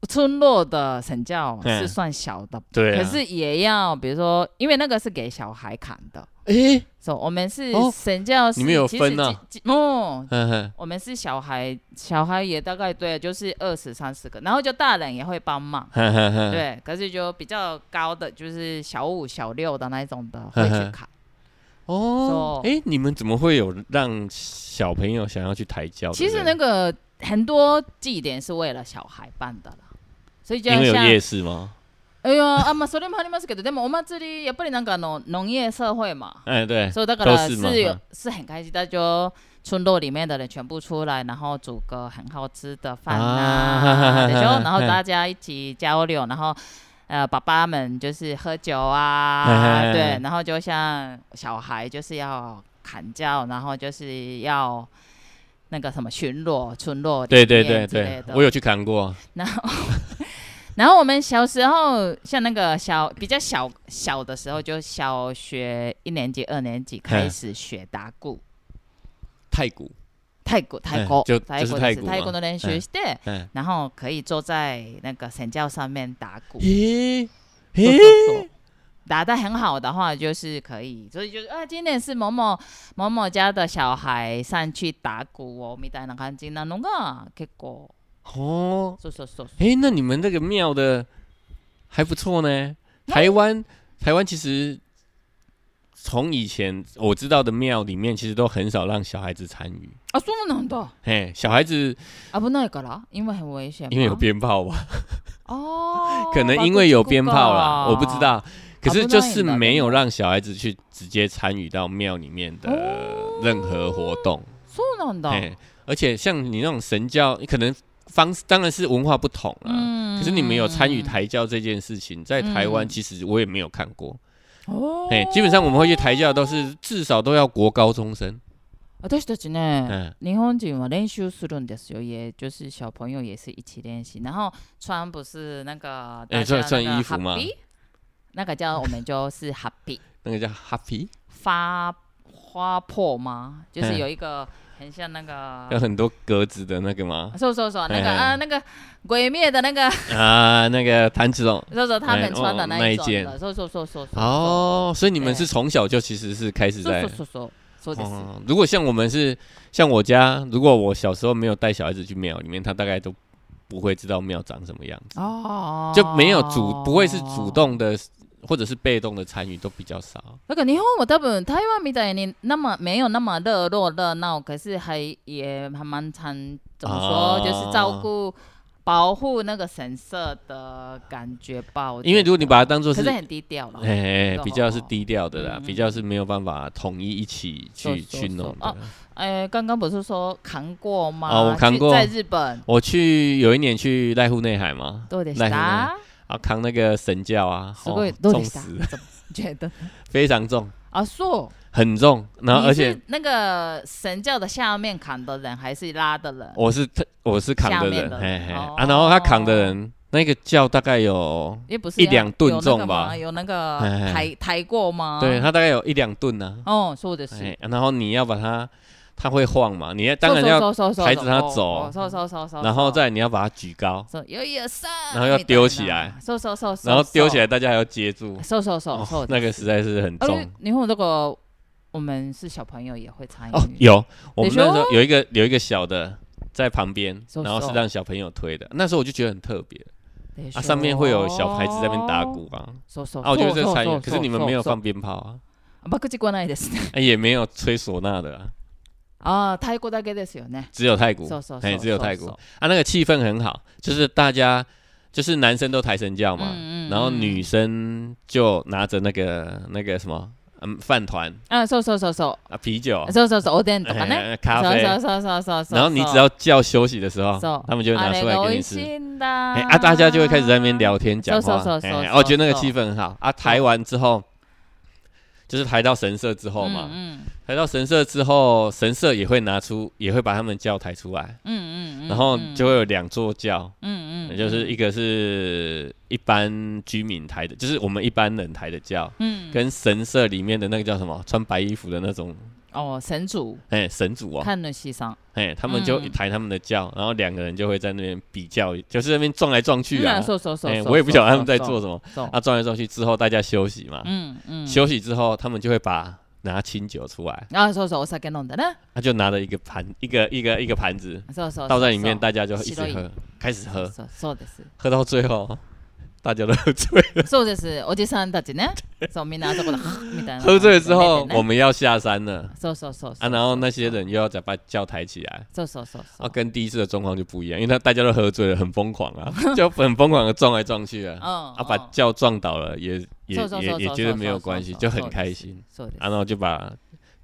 S1: 村落的神教
S2: 嗯
S1: 是算小的，
S2: 对啊，
S1: 可是也要，比如说，因为那个是给小孩看的，
S2: 哎，
S1: 所、以我们是
S2: 哦
S1: 神教是、
S2: 你们有
S1: 其实
S2: 分啊
S1: 几？几哦，
S2: 嗯哼。
S1: 我们是小孩，小孩也大概对，就是二十三十个，然后就大人也会帮忙。
S2: 哼哼哼
S1: 对，可是就比较高的，就是小五、小六的那一种的会去
S2: 嗯哼
S1: 看。
S2: 哦，
S1: So-
S2: 哎、你们怎么会有让小朋友想要去抬轿？
S1: 其实那
S2: 对不
S1: 个很多祭典是为了小孩办的啦，所以就
S2: 对因为有
S1: 像哎啊
S2: 夜市吗？
S1: いやあまあそれもありますけどでもお祭りやっぱりなんかあの農業社会嘛
S2: 哎、对，
S1: 所以だから
S2: 都是嘛
S1: 是有
S2: 嗯
S1: 是很开心大家村落里面的人全部出来然后煮个很好吃的饭啊
S2: 啊
S1: でしょ
S2: 嘿
S1: 然后大家一起交流然后呃爸爸们就是喝酒
S2: 嘿嘿
S1: 啊
S2: 嘿
S1: 对然后就像小孩就是要砍叫然后就是要那个什么巡逻村落里
S2: 对对
S1: 面
S2: 对
S1: 之类
S2: 对，
S1: 的
S2: 我有去看过。
S1: 然后， 然后我们小时候像那个小比较小小的时候，就小学一年级、二年级开始学打鼓，
S2: 太古，
S1: 太鼓、太鼓、
S2: 就
S1: 太
S2: 就是
S1: 鼓
S2: 太
S1: 鼓、
S2: 鼓
S1: 太
S2: 嘛
S1: 鼓的人学
S2: 嗯
S1: して，
S2: 嗯，
S1: 然后可以坐在那个神教上面打鼓，坐
S2: 咦、嘿，
S1: 坐坐打得很好的话，就是可以，所以就是啊，今天是某某某某家的小孩上去打鼓哦，みたいな感じなのが結構、
S2: 哦，
S1: そうそうそうそう
S2: 哎、那你们那个庙的还不错呢。台湾，台湾其实从以前我知道的庙里面，其实都很少让小孩子参与。
S1: あ、哦そうなんだ。
S2: 嘿，小孩子
S1: 危ないから、因为很危险吗，
S2: 因为有鞭炮吧。
S1: 哦，
S2: 可能因为有鞭炮啦，我不啊知。道。可是就是没有让小孩子去直接参与到庙里面的
S1: 哦
S2: 任何活動。
S1: そうなんだ。
S2: 哎、而且像你那种神教，可能方当然是文化不同啦。
S1: 嗯
S2: 可是你们有参与台教这件事情，在台湾
S1: 嗯
S2: 其实我也没有看过。
S1: 哦
S2: 哎、基本上我们会去台教都是至少都要国高中生。
S1: 私たちね、
S2: 嗯，
S1: 日本人は練習するんですよ。也就是小朋友也是一起练习，然后穿不是那个
S2: 哎
S1: 大家那个
S2: 穿穿衣服吗
S1: happy？那个叫我们就是 happy
S2: 那个叫 happy，
S1: 发花破吗？就是
S2: 嗯
S1: 有一个很像那
S2: 有
S1: 个。
S2: 很多格子的那个吗？
S1: そうそうそう、那
S2: 哎
S1: 个啊，那个鬼灭的那个，
S2: 啊，那个弹指龙。
S1: そうそう，他
S2: 哎
S1: 们穿的
S2: 哦
S1: 那
S2: 那
S1: 一
S2: 一
S1: 种
S2: 件
S1: 的，そうそうそうそう。そう
S2: 哦，所以你们
S1: 对
S2: 是从小就其实是开始在
S1: そうそうそうそう。そうです。
S2: 哦，如果像我们是像我家，如果我小时候没有带小孩子去庙里面，他大概都不会知道庙长什么样子，
S1: 哦，
S2: 就没有主不会是主动的或者是被动的参与都比较少。
S1: だから日本は多分台湾みたいに生没有那么热络热闹，可是还也还蛮常怎么
S2: 啊
S1: 说，就是照顾保护那个神社的感觉吧。我觉得
S2: 因为如果你把它当做
S1: 可
S2: 是
S1: 是很低调了，
S2: 哎、
S1: 哦
S2: 比较是低调的啦，
S1: 嗯嗯
S2: 比较是没有办法统一一起去
S1: 说说
S2: 去弄的
S1: 说
S2: 啦。
S1: 哦哎，刚刚不是说扛过吗？
S2: 哦我扛
S1: 去
S2: 过
S1: 在日本。
S2: 我去有一年去濑户内海嘛，
S1: どうでし
S2: 内
S1: た？
S2: 啊扛那个神教啊，
S1: すごい
S2: 哦
S1: どうで
S2: 重
S1: した
S2: 死？
S1: 怎么觉得？
S2: 非常重，
S1: 啊，そう。
S2: 很重。然后
S1: 你
S2: 而
S1: 是
S2: 且
S1: 那个神教的下面扛的人，还是拉的人？
S2: 我是特我是扛
S1: 下
S2: 的
S1: 面
S2: 人，
S1: 的
S2: 嘿
S1: 人
S2: 嘿、
S1: 哦
S2: 啊，然后他扛的人那个教大概有，
S1: 也不是
S2: 一
S1: 要
S2: 两吨
S1: 有那个
S2: 重
S1: 吗
S2: 吧
S1: 有那个
S2: 哎哎
S1: 抬抬过吗？
S2: 对他大概有一两吨呢、
S1: 哦，说的
S2: 啊
S1: 是。
S2: 哎然后你要把它，它会晃嘛，你要当然要，抬着它走
S1: 收收收收，
S2: 然后再你要把它举高，
S1: 说有一二三，
S2: 然后要丢起来
S1: 收收收，
S2: 然后丢起来，大家还要接住，
S1: 收收收
S2: 哦
S1: 收，
S2: 那个实在是很
S1: 而
S2: 重
S1: 且。你看这个，我们是小朋友也会参与
S2: 哦，有我们
S1: 你
S2: 那
S1: 说
S2: 时候有一个有一个小的在旁边，
S1: 手
S2: 然后是
S1: 手
S2: 让小朋友推的。那时候我就觉得很特别
S1: でしょ
S2: 啊，上面会有小孩子在那边打，鼓啊，
S1: 收收
S2: 啊，我觉得这参
S1: 哦
S2: 与。可是你们没有，放鞭炮啊，
S1: 爆口ないですね。
S2: 哎也没有吹唢呐的啊，
S1: 啊，太鼓だけですよね。
S2: 只有太鼓，
S1: そうそうそう
S2: 哎，只有
S1: そう
S2: 太鼓
S1: そう
S2: 啊，那个气氛很好，就是大家就是男生都抬神轿嘛，
S1: 嗯嗯
S2: 然后
S1: 嗯
S2: 女生就拿着那个那个什么，嗯，饭团
S1: あ、そうそうそうそ
S2: 啊，啤酒
S1: う。。そうそうそう、おでんとかね。
S2: 哎咖啡，
S1: そうそうそうそうそう。
S2: 然后你只要叫休息的时候
S1: そう，
S2: 他们就会拿出来给你吃。哎、
S1: 哎
S2: 啊，大家就会开始在那边聊天讲话，
S1: 嗖嗖嗖
S2: 哎
S1: 嗖
S2: 哦我觉得那个
S1: 嗖
S2: 气氛很好啊。抬完之后，就是抬到神社之后嘛，
S1: 嗯
S2: 抬到神社之后，神社也会拿出，也会把他们教抬出来，
S1: 嗯嗯嗯，
S2: 然后就会有两座教，
S1: 嗯嗯，
S2: 就是一个是一般居民抬的，就是我们一般人抬的教，
S1: 嗯
S2: 跟神社里面的那个叫什么穿白衣服的那种，
S1: 哦神主
S2: 哎、神主哦，
S1: 看了西上
S2: 哎、他们就
S1: 嗯
S2: 抬他们的教，然后两个人就会在那边比较，就是在那边撞来撞去啊。
S1: 嗯说说说，
S2: 哎，我也不晓得他们在做什么，
S1: 么，
S2: 啊，撞来撞去之后，大家休息嘛，
S1: 嗯嗯，
S2: 休息之后，他们就会把拿清酒出来，
S1: 啊说说我先给弄的呢，
S2: 他就拿了一个盘，一个一个一个盘子
S1: 说说
S2: 倒在里面，大家就啊一直
S1: 白い
S2: 喝，开始喝，
S1: そうそうです。
S2: 喝到最后， 大家都喝醉，
S1: そうです。おじさんたちね。そうみんなあそ こでみたいな。
S2: 喝醉之后，我们要下山了
S1: そうそうそう。
S2: 啊，然后那些人又要再把叫抬起来。
S1: そうそうそう。
S2: 啊，跟第一次的状况就不一样，因为他大家都喝醉了，很疯狂啊， 就很疯狂的撞来撞去啊，
S1: 嗯
S2: 啊，把叫撞倒了，也也
S1: そうそう
S2: 也
S1: そう
S2: 也
S1: そう
S2: 觉得没有
S1: そうそう
S2: 关系，
S1: そう
S2: 就
S1: そ
S2: 很
S1: う
S2: 开
S1: です
S2: 心
S1: そうです
S2: 啊，然后就把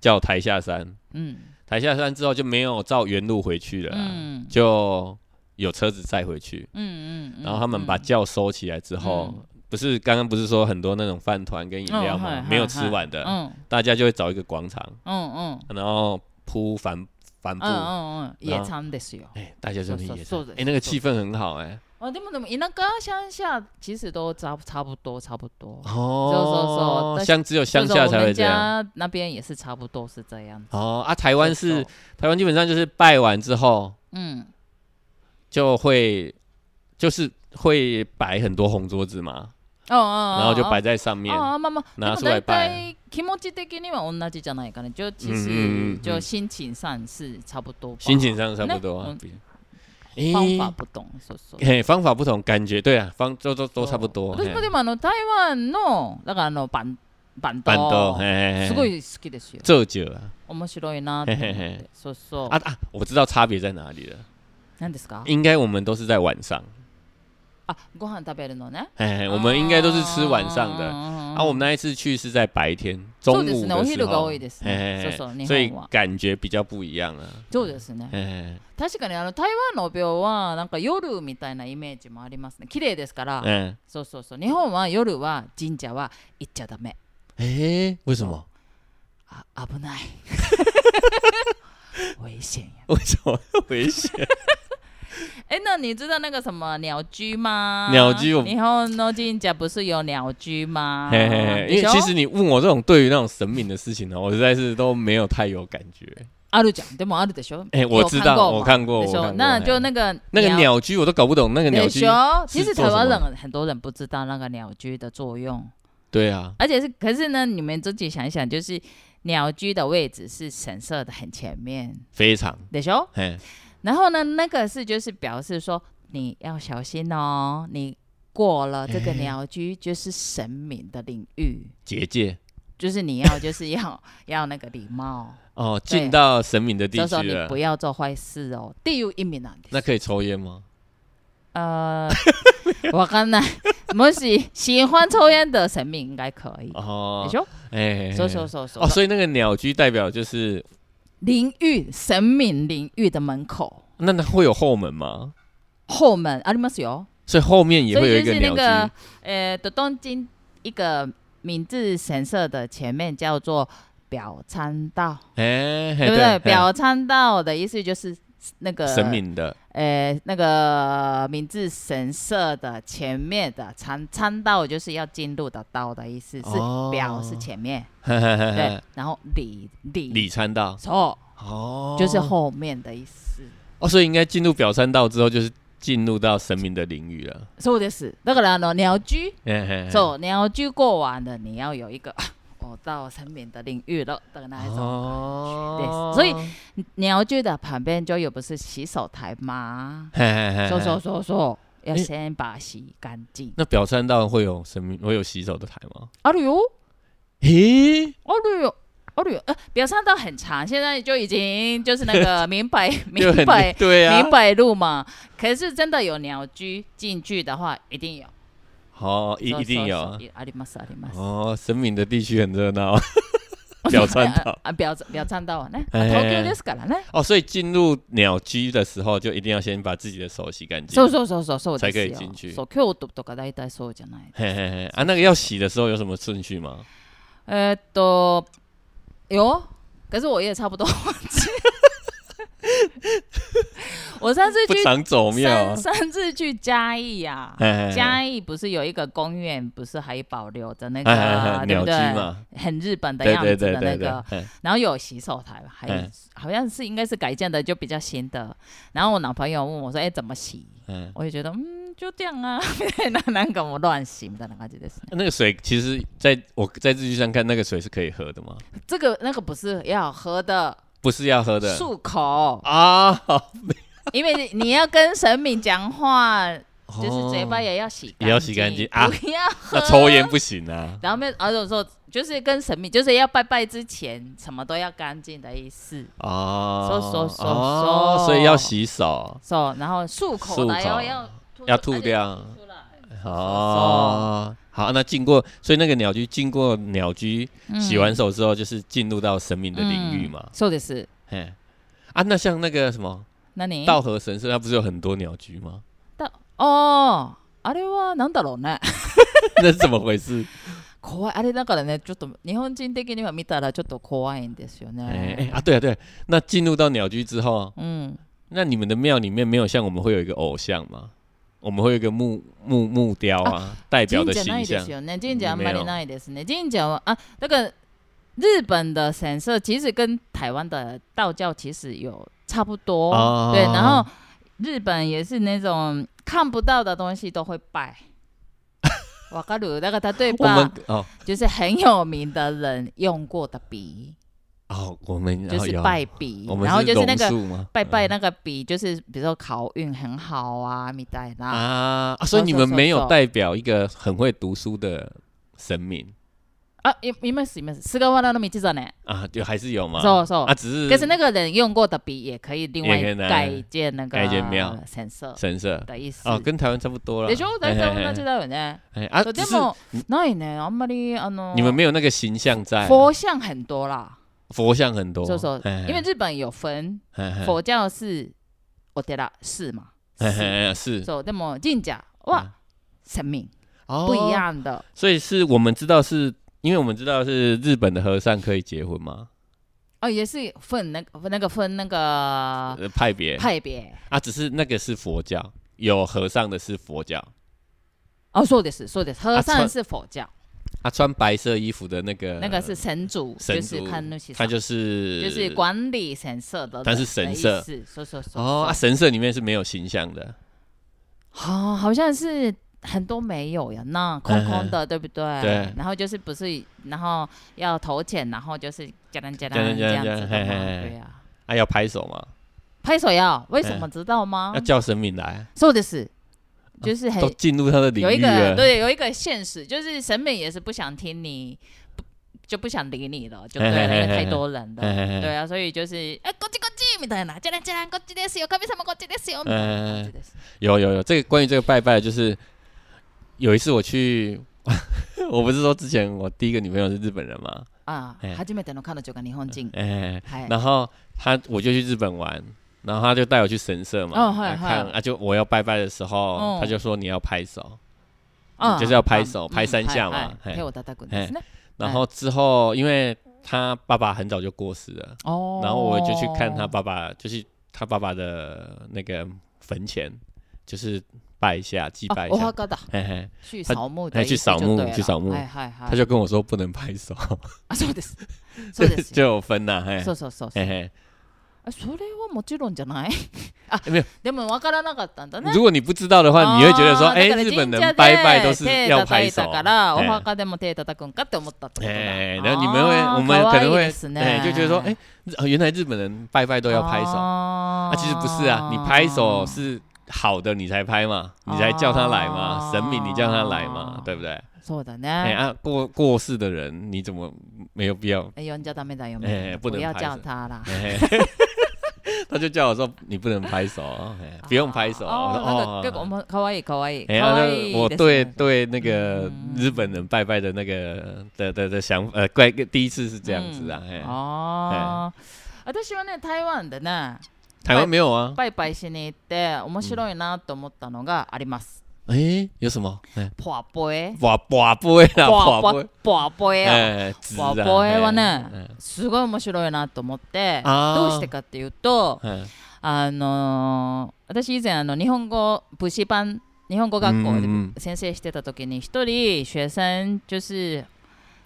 S2: 叫抬下山，
S1: うん
S2: 抬下山之后就没有照原路回去了啦，啊
S1: 嗯
S2: 就有车子载回去。
S1: 嗯嗯嗯
S2: 然后他们把
S1: 嗯
S2: 轿收起来之后，
S1: 嗯
S2: 不是刚刚不是说很多那种饭团跟饮料
S1: 哦
S2: 嘛，
S1: 嗨
S2: 没有
S1: 嗨
S2: 吃
S1: 嗨
S2: 完的，
S1: 嗯
S2: 大家就会找一个广场，
S1: 嗯嗯
S2: 然后铺帆帆
S1: うん
S2: 布，
S1: う
S2: 哎、
S1: ん嗯野餐ですよ。
S2: 大家就去
S1: そう
S2: 野
S1: そう，そ
S2: 餐
S1: う
S2: 哎、那个
S1: そう
S2: 气氛很好哎、
S1: 哦，でもでも田舎乡下其实都差差不多差不多，
S2: 哦
S1: 是，是
S2: 乡只有乡
S1: 就是
S2: 下
S1: 我
S2: 才
S1: 们
S2: 会这样。
S1: 家那边也是差不多是这样。
S2: 哦啊，台湾
S1: 是
S2: 是
S1: 是
S2: 台湾基本上就是拜完之后
S1: 嗯，
S2: 就会就是会摆很多红桌子嘛，
S1: 哦哦，
S2: 然后就摆在上面。
S1: ああまあまあで
S2: 拿
S1: も
S2: 出来
S1: 大
S2: 拜
S1: 体気持ち的には同じじゃないかな。就其
S2: 嗯嗯嗯
S1: 实
S2: 嗯
S1: 就心情上是差不多吧，
S2: 心情上差不多、啊
S1: 嗯。
S2: 比
S1: 方法不同，そうそう
S2: 诶。嘿，方法不同，感觉对啊，方都都都差不多。
S1: 私もでもあの台湾のだからあのバンバンド
S2: 板豆，嘿嘿嘿
S1: すごい好きですよ。
S2: 这酒啊
S1: 面白いなと思っ
S2: へへへ
S1: て。そうそう。
S2: 啊啊！我知道差别在哪里了，
S1: 何ですか？
S2: 应该我们都是在晚上，
S1: あ、ご飯食べるのね。
S2: 嘿嘿，我们应该都是吃晚上的。
S1: あ
S2: 啊，我们那一次去是在白天，中
S1: そう
S2: 午
S1: ですね。お
S2: 的时
S1: 昼が
S2: 候
S1: 多い，です
S2: 嘿
S1: ね。
S2: 嘿
S1: そうそう。
S2: 嘿
S1: 日
S2: 所以
S1: 本は。
S2: 感觉比较不一样啊。
S1: そうですね。
S2: 嘿嘿
S1: 確かにあの台湾のお病はなんか夜みたいなイメージもありますね。綺麗ですから。
S2: 嗯，
S1: そうそうそう。日本は夜は神社は行っちゃダメ。
S2: 哎，为什么？
S1: あ、危 ない。危险呀！
S2: 为什么危险？
S1: 哎，那你知道那个什么鸟居吗？
S2: 鸟居我
S1: 日本の神社不是有鸟居吗？
S2: 嘿嘿嘿，因
S1: でし
S2: 为
S1: ょ
S2: 其实啊你问我这种对于那种神明的事情呢，我实在是都没有太有感觉。
S1: あるじゃん。でもあるでしょ？
S2: 哎，我知道，我看过，
S1: 有看过吗。でし
S2: 我看
S1: ょ
S2: 过。？
S1: 那就
S2: 嘿
S1: 那个
S2: 那个鸟居我都搞不懂，那个鸟
S1: で
S2: 居
S1: し。ょ？其实
S2: 是做什
S1: 台
S2: 么
S1: 湾人很多人不知道那个鸟居的作用，
S2: 对啊，
S1: 而且是可是呢，你们自己想一想，就是鸟居的位置是神社的很前面，
S2: 非常。
S1: でしょ？
S2: 嘿，
S1: 然后呢，那个是就是表示说你要小心哦，你过了这个鸟居，就是神明的领域，
S2: 结界
S1: 就是你要就是要 要那个礼貌，
S2: 哦，
S1: 对
S2: 进到神明的地
S1: 就
S2: 区
S1: 说你
S2: 了
S1: 不，要做坏事哦。地狱一名なんです
S2: 那可以抽烟吗？
S1: 呃， 我刚才もし喜欢抽烟的神明应该可以，
S2: 哦
S1: 你，说，
S2: 哎，
S1: 说说说说
S2: 哦，，所以那个鸟居代表就是
S1: 领域神明领域的门口
S2: 那那会有后门吗？
S1: 后门啊ありますよ。
S2: 所以后面也
S1: 所
S2: 会有
S1: 以
S2: 一
S1: 就
S2: 个
S1: 是那
S2: 鸟
S1: 个
S2: 居，
S1: 呃，的东京一个明治神社的前面叫做表参道，
S2: 哎，嘿
S1: 对不
S2: 对？
S1: 对？
S2: 嘿
S1: 表参道的意思就是那个
S2: 神，明的
S1: 呃，那个明治神社的前面的参参道就是要进入的道的意思，是
S2: 哦哎
S1: 表是前面，
S2: 嘿嘿嘿
S1: 对
S2: 嘿，
S1: 然后里里
S2: 里参道
S1: 错
S2: 哦，
S1: 就是后面的意思。
S2: 哦，所以应该进入表参道之后，就是进入到神明的领域了。哎
S1: そうです。だからあの哦鸟居。
S2: 嘿嘿嘿
S1: 走，你要去过完了，你要有一个， 啊我到神明的领域了的那一种。对
S2: 哦
S1: 所以鸟居的旁边就有不是洗手台吗？说说
S2: 说
S1: 说说，要
S2: 诶
S1: 先把洗干净。
S2: 那表参道会有神明会有洗手的台吗？
S1: 啊旅游，
S2: 咦，
S1: 啊旅游。哦，旅游，呃，表参道很长，现在就已经就是那个明白
S2: 就
S1: 明
S2: 很
S1: 白
S2: 对啊
S1: 明，白路嘛。可是真的有鸟居进去的话，一定有，
S2: 好一
S1: 说
S2: 一定有
S1: 说
S2: 啊
S1: 说ありますあります。
S2: 哦，神明的地区很热 闹，表参道
S1: ああ表表参道ね。あ
S2: ええ
S1: 東京ですからね。
S2: 哦，所以进入鸟居的时候，就一定要先把自己的手洗干净。
S1: そうそうそうそうそう
S2: 才
S1: で
S2: 可以
S1: すよ
S2: 进去
S1: そう京都とか大体そうじゃない。
S2: 嘿嘿嘿啊，那个要洗的时候有什么顺序吗？
S1: えーっと、有，可是我也差不多忘 记。我上次
S2: 不
S1: 去
S2: 常走庙啊
S1: 上，上次去嘉义呀、
S2: 嘿嘿嘿
S1: 嘉义不是有一个公园，不是还保留着那
S2: 哎哎
S1: 个，对
S2: 哎鸟
S1: 不
S2: 居
S1: 对？
S2: 嘛
S1: 很日本的
S2: 对
S1: 样
S2: 对
S1: 子
S2: 对
S1: 的那
S2: 对对
S1: 个，，
S2: 嘿
S1: 然后有洗手台，还
S2: 嗯
S1: 好像是应该是改建的，就比较新的。然后我男朋友问我说：“哎，怎么洗？”
S2: 嗯，
S1: 我也觉得，嗯，就这样啊， 那なんかもう乱洗みたいな感じですね。
S2: 那个水其实在我在日剧上看，那个水是可以喝的吗？
S1: 这个那个不是要喝的
S2: 不是要喝的
S1: 漱口，
S2: 啊，好
S1: 因为你要跟神明讲话，就是
S2: 哦
S1: 嘴巴也要洗干净，
S2: 也要洗干净啊
S1: 不要喝
S2: 那抽烟。不行啊。
S1: 然后面，而且说就是跟神明，就是要拜拜之前，什么都要干净的意思。
S2: 哦，
S1: 嗖嗖嗖
S2: 哦
S1: 嗖
S2: 所以要洗手，
S1: so，然后漱口的
S2: 漱口
S1: 要要
S2: 要吐掉
S1: 而且出来
S2: 哦。好，那经过，所以那个鸟居经过鸟居
S1: 嗯
S2: 洗完手之后，就是进入到神明的领域嘛
S1: 嗯。そうです。
S2: 嘿，啊，那像那个什么
S1: 那你
S2: 道和神社，它不是有很多鸟居吗？
S1: 哦，あれはなんだろうね。
S2: 那是怎么回事？
S1: 怖いあれだからねちょっと日本人的には見たらちょっと怖いんですよね。
S2: 哎哎啊，对啊对啊，那进入到鸟居之后，
S1: 嗯，
S2: 那你们的庙里面没有像我们会有一个偶像吗？我们会有一个木木木雕啊，代表
S1: 神
S2: 的
S1: 社な
S2: 形
S1: いで
S2: 象嗯
S1: す。よね。神社あんまりないですね。神社はあだから啊日本的神社其实跟台湾的道教其实有差不多，
S2: 哦
S1: 对。然后日本也是那种看不到的东西都会 拜。わかる？だから例え
S2: 我们
S1: ば
S2: 哦
S1: 就是很有名的人用过的笔，
S2: 哦，我们
S1: 就
S2: 哦
S1: 是
S2: 有
S1: 拜笔
S2: 我，们
S1: 然后就是那个
S2: 榕树吗嗯
S1: 拜拜那个笔，就是比如说考运很好啊，みたいな。
S2: 啊啊所以
S1: 手
S2: 你们
S1: 手
S2: 没有
S1: 手
S2: 代表一个很会读书的神明
S1: 啊，いいますいます。菅原道真，
S2: 啊？就还是有吗？
S1: そうそう
S2: 啊，。只是
S1: 可是那个人用过的笔也可以另外
S2: 也可以拿
S1: 改建那个
S2: 改建庙
S1: 神社
S2: 神社
S1: 的意思。
S2: 哦，跟台湾差不多了。
S1: でしょ？大
S2: 嘿
S1: 体
S2: 嘿嘿
S1: 同じだよね。
S2: 哎啊，
S1: そう
S2: 只
S1: ですもないね。あんまりあの
S2: 你们没有那个形象在，
S1: 呃佛像很多啦，
S2: 佛像很多，
S1: そうそう。
S2: 哎
S1: 因为日本有分
S2: 佛
S1: 佛教是お寺寺嘛，寺
S2: 哎是哎
S1: そうでも神社は神明
S2: 哦
S1: 不一样的。
S2: 所以是我们知道是，因为我们知道是日本的和尚可以结婚吗？
S1: 哦，也是分那个那个分那个
S2: 呃派别
S1: 啊派别。
S2: 啊，只是那个是佛教，有和尚的是佛教，
S1: 哦，そうです、そうです。和
S2: あそ
S1: 尚
S2: う
S1: 是佛教，
S2: 啊，穿白色衣服的那个
S1: 那个是神主，
S2: 呃神
S1: 就是
S2: 主
S1: 看那些，
S2: 他就是是
S1: 就是管理神社的人的意思，
S2: 他是神社
S1: 说说说
S2: 哦、啊，
S1: 哦，
S2: 神社里面是没有形象的，
S1: 好，好像是很多没有呀，那空空的，对不对？
S2: 嗯对
S1: 然后就是不是，然后要投钱，然后就是加单加
S2: 加
S1: 单
S2: 单
S1: 这
S2: 加
S1: 样
S2: 单
S1: 子的
S2: 嘿嘿
S1: 嘛，
S2: 嘿
S1: 对呀。
S2: 啊，要拍手嘛，
S1: 拍手要为什
S2: 嗯
S1: 么知道吗
S2: 要？叫神明来，
S1: そうです。就是很
S2: 啊都进入他的领
S1: 有一
S2: 域
S1: 个
S2: 了。
S1: 对有一个现实，就是审美也是不想听你，不就不想理你了，就对
S2: 嘿嘿
S1: 了，
S2: 嘿
S1: 因为太
S2: 嘿
S1: 多人
S2: 嘿嘿嘿嗯
S1: 了，对啊，所以就是哎，こっちこっちみたいな、じゃらじゃらこっちですよ、神様こっちですよみたいな感じです。
S2: 嗯有有有，这个关于这个拜拜，就是有一次我去， 我不是说之前我第一个女朋友是日本人嘛，
S1: 啊
S2: 嘿，
S1: 初めての彼女が日本人。
S2: 哎、
S1: はい。
S2: 然后他我就去日本玩，然后他就带我去神社嘛，
S1: 哦嗨
S2: 啊看
S1: 嗨
S2: 啊，就我要拜拜的时候，
S1: 哦哎
S2: 他就说你要拍手，
S1: あ
S2: 就是要拍手
S1: あ
S2: 拍三下嘛
S1: はいはい
S2: 嘿
S1: 手を叩くんですね。
S2: 然后之后因为他爸爸很早就过世了，
S1: 哦。
S2: 然后我就去看他爸爸，就是他爸爸的那个坟前，就是拜一下祭拜
S1: あ、
S2: 一
S1: お
S2: 下，
S1: 墓だ。
S2: 嘿嘿，
S1: 去扫墓的
S2: 哎
S1: 意思
S2: 去扫
S1: 就
S2: 墓
S1: 对了
S2: 去扫墓
S1: はいはいはい。
S2: 他就跟我说不能拍手，
S1: あ、そうです。そう です
S2: 就
S1: よ。
S2: 有分呐、嘿
S1: そうそうそうそう
S2: 嘿。嘿，
S1: あそれはもちろんじゃないあ
S2: えでも
S1: でも分からなかったんだね。
S2: 如果你不知道的
S1: 哦
S2: 话，你会觉得说，
S1: あー
S2: 哎、
S1: だから
S2: 日本
S1: 神
S2: 人
S1: 社で
S2: 拜拜都是
S1: 手
S2: 要
S1: 叩
S2: 拍
S1: い
S2: 手
S1: た，から、お
S2: 哎
S1: 墓でも手叩くんかって思ったってことだ。
S2: 哎、
S1: あー
S2: 然后你们
S1: 哦
S2: 会，我们可能
S1: 可愛い
S2: 会
S1: です，ね
S2: 哎、就觉得说，哎、日呃原来日本人拜拜都要拍手，啊，
S1: 啊
S2: 其实不是啊，你拍手是好的，你才拍嘛，你才叫他来嘛，
S1: 哦
S2: 神明你叫他来嘛，对不对？
S1: そうだ
S2: 哎、
S1: ね。
S2: 啊，过过世的人你怎么没有必 要？
S1: 呼んじゃダメだよ。
S2: 哎不能
S1: 不要
S2: 拍
S1: 叫
S2: 手
S1: 他啦。
S2: 哎 他就叫我说你不能拍手哦，哎不用拍手哦。我
S1: 哦，
S2: 说
S1: 那个
S2: 哦
S1: 結構おも可愛い可愛い。
S2: 哎、
S1: 可愛
S2: 呀，那
S1: い
S2: 我
S1: です
S2: 对
S1: ね
S2: 对那个
S1: 嗯
S2: 日本人拜拜的那个的的的想呃，怪第一次是这样子啊，哎、
S1: うんあー私はね台湾でね
S2: 台湾没有啊，
S1: バイバイしに行って面白いなと思ったのがあります。
S2: 哎、有什么？哎、
S1: ポワポエ。
S2: 哇哇不会啦，哇不会，
S1: ポワポエを。
S2: 啊哎，纸啊
S1: ワポエは
S2: 哎
S1: ね、すごい面白いなと思って、
S2: あー
S1: どうしてかっていうと、
S2: 嗯
S1: あのー私以前あの日本語ブシパン日本語学校
S2: うんうん。
S1: で先生してた時に一人学生就是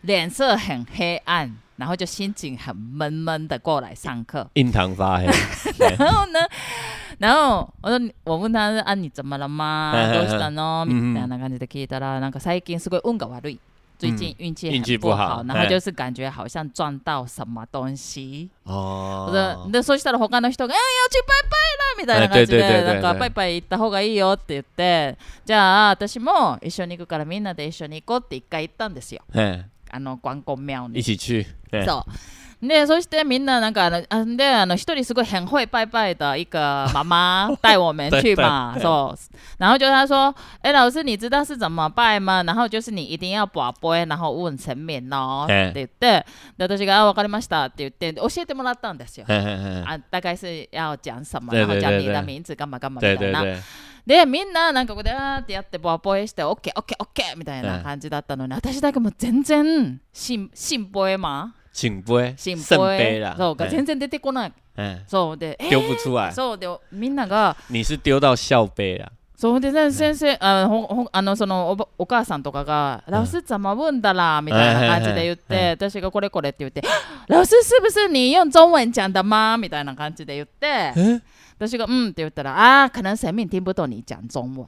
S1: 脸色很黑暗，然后就心情很闷闷的过来上课
S2: 印堂 发黑，
S1: 然后呢，然后我说你我问他啊你怎么了吗？
S2: 嗯嗯嗯
S1: どうしたの？
S2: 嗯
S1: み
S2: 嗯
S1: たいな感じで聞いたらなんか最近すごい運が悪い。最近运气
S2: 运气
S1: 很
S2: 不
S1: 不
S2: 好
S1: 好，然后
S2: 嗯
S1: 就是感觉好像撞到什么东西。
S2: 哦，
S1: ででそしたら他の人が「えー、うちバイバイだ!」みたいな感じ
S2: はいはいはい
S1: で
S2: は
S1: な
S2: い
S1: んかバイバイ行った方がいいよって言ってじゃあ私も一緒に行くからみんなで一緒に行こうって一回行ったんですよ
S2: 嗯，
S1: あの観光廟
S2: 一
S1: に。
S2: 起去，哎
S1: そうでそしてみんななんかあのあであの一人すごい很会拜拜的一个妈妈带我们去嘛，そう然后就他说，哎、老师你知道是怎么拜吗？然后就是你一定要把杯，然后问神明哦
S2: ええ
S1: って言って、で私があわかりましたって言って教えてもらったんですよ。
S2: 嗯嗯嗯，
S1: 啊，大概是要讲什么，
S2: 对
S1: 然后
S2: 对
S1: 讲
S2: 对
S1: 你的
S2: 对
S1: 名字，干嘛干嘛
S2: 对
S1: みた
S2: 对
S1: いな。
S2: 对，
S1: で、みんななんかこうであーってやってボアボエして、オッケーオッケーオッケーみたい
S2: うん
S1: な感じだったのに、私だけもう全然、しん、しんぼえま
S2: 请杯，
S1: しん
S2: 圣
S1: ぼ
S2: 杯
S1: え
S2: 啦，
S1: そうが
S2: 哎
S1: 全然出てこない。
S2: 嗯，
S1: そうで、え
S2: 丢不出来，
S1: そうで、みんなが、
S2: 你是丢到笑杯啦，
S1: そうで、ね、先生、あほほあのそのおばお母さんとかが、老师怎么问的啦みたいな感じで言っ
S2: う
S1: て、
S2: ん
S1: 私がこれこれって言って、老师是不是你用中文讲的吗みたいな感じで言って、
S2: 嗯，
S1: 私が「うん」って言ったら「あー可能神明听不懂你讲中文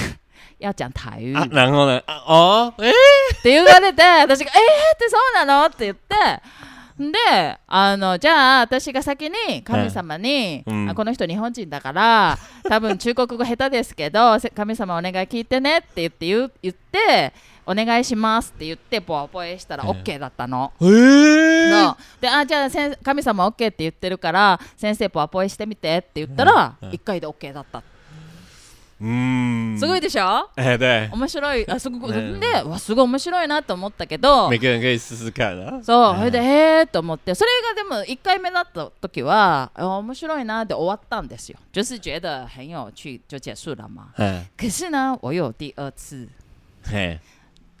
S1: 要讲台语」
S2: 啊，然后呢，啊哦，哎。
S1: って言われて私が「えー、ってそうなの?」って言って。であのじゃあ私が先に神様に、
S2: うん
S1: あこの人日本人だから多分中国語下手ですけど せ神様お願い聞いてねって言って言う言ってお願いしますって言ってボアボエしたら
S2: うん
S1: OK だったの。
S2: え
S1: のであじゃあ先神様 OK って言ってるから先生ボアボエしてみてって言ったら
S2: うんうん
S1: 1回で OK だったって
S2: 嗯
S1: すごいでしょ、
S2: 哎、对，
S1: 面白いあすごく、
S2: ね
S1: でうわすごい面白いなと思ったけど
S2: 每个人可以试试看啊。
S1: そう
S2: ね
S1: それでへえと思ってそれがでも1回目だった時はあ面白いなで終わったんですよ就是觉得很有趣就结束了嘛
S2: 嗯，
S1: 可是呢我有第二次
S2: 嘿，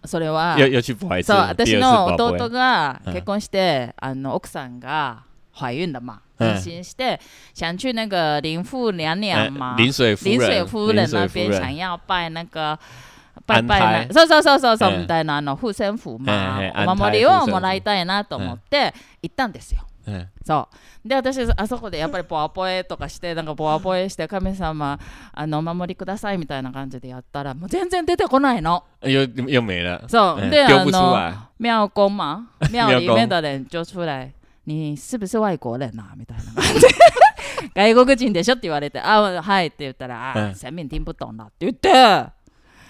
S1: それは
S2: 又又去不好意思
S1: そう私の弟が
S2: うん
S1: 結婚して、あの奥さんが怀孕了嘛
S2: うん
S1: 妊娠して、想去那个林父娘娘嘛、
S2: 临水夫人，
S1: 临水夫人那
S2: 临水
S1: 边
S2: 夫人
S1: 想要拜那个。拜
S2: 安胎
S1: 拜な、そうそうそうそうそう
S2: ええ
S1: みたいなあの護身符ま
S2: ええええ
S1: あお守りを
S2: 安胎護身符
S1: もらいたいなと思って行ったんですよ。
S2: 嗯，
S1: そうで私あそこでやっぱりポワポエとかしてなんかポワポエして神様あのお守りくださいみたいな感じでやったらもう全然出てこないの。
S2: 又又没了，
S1: そう
S2: 嗯
S1: で
S2: 丢
S1: あ
S2: 不出
S1: の
S2: 来，
S1: 庙公嘛，庙
S2: 庙
S1: 里
S2: 公
S1: 面的人就出来，你是不是外国人啊？みたいな感外国人でしょって言われて、あ、はいって言ったら、
S2: う
S1: あ、
S2: ん
S1: 三民啊听不懂了って言って、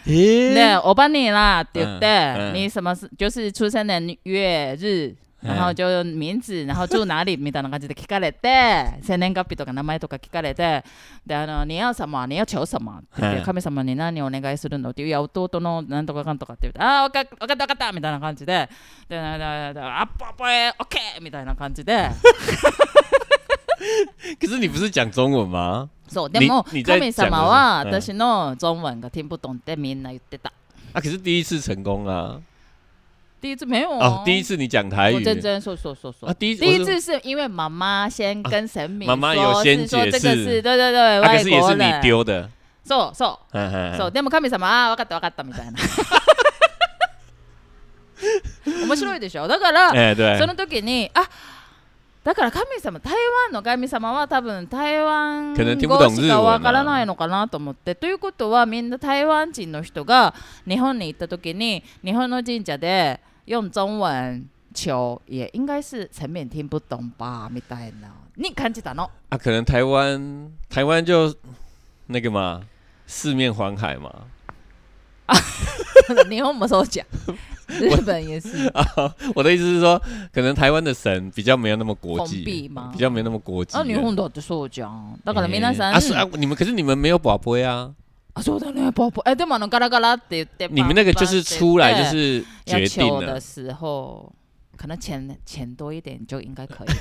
S2: え
S1: 对，我帮你啦，对不对？
S2: 嗯嗯
S1: 你什么是就是出生年月日，
S2: 嗯
S1: 然后就名字，然后住哪里みたいな感じで聞かれて、生年月日とか名前とか聞かれて、であの你要什么？你要求什么？って言って
S2: 嗯
S1: 神様に何お願いするのっていういや弟のなんとかかんとかって言って、ああわかわかったわかったみたいな感じで、でなななアップアップえオッケーみたいな感じ で、
S2: 可是你不是讲中文吗？
S1: そうでも
S2: 你你在
S1: 神様は
S2: 讲的是
S1: 私の中文が听不懂ってみんな言ってた。
S2: 啊，可是第一次成功啊！
S1: 第一次没有
S2: 哦，第一次你讲台
S1: 我
S2: 语，
S1: 真真说说说说
S2: 啊第一次
S1: 第一次是因为妈妈先跟神明
S2: 啊妈妈有
S1: 说
S2: 先
S1: 是说
S2: 解
S1: 这个
S2: 释
S1: 是对对对，
S2: 啊，可
S1: 外
S2: 是也
S1: 国
S2: 是你
S1: 人。
S2: 丢的。
S1: そうそう
S2: 嗯嗯
S1: そう
S2: 嗯
S1: でも神様あ分かった分かったみたい な。面白いでしょ。だから
S2: 哎，对
S1: そ，の時にあ。だから神様台湾の神様は多分台湾
S2: 可能听不懂
S1: 語しかわからないのかなと思ってということはみんな台湾人の人が日本に行った時に日本の神社で用中文求也应该是前面听不懂吧みたいなに感じたの
S2: 啊，可能台湾台湾就那个嘛，四面环海嘛。
S1: 日本もそうじゃん日本也是
S2: 啊，我的意思是说，可能台湾的神比较没有那么国
S1: 封闭哦
S2: 际
S1: 吗，
S2: 比较没有那么国际
S1: あ
S2: 了。
S1: 日本だってそうじゃんだから皆さん、
S2: 哎啊是啊，你们可是你们没有宝贝啊，
S1: あそうだねポポえでもあのガラガラって言って
S2: 你们那个就是出来就是
S1: 要
S2: 决定
S1: 求的
S2: 了。
S1: 时候，可能钱钱多一点就应该可以 了。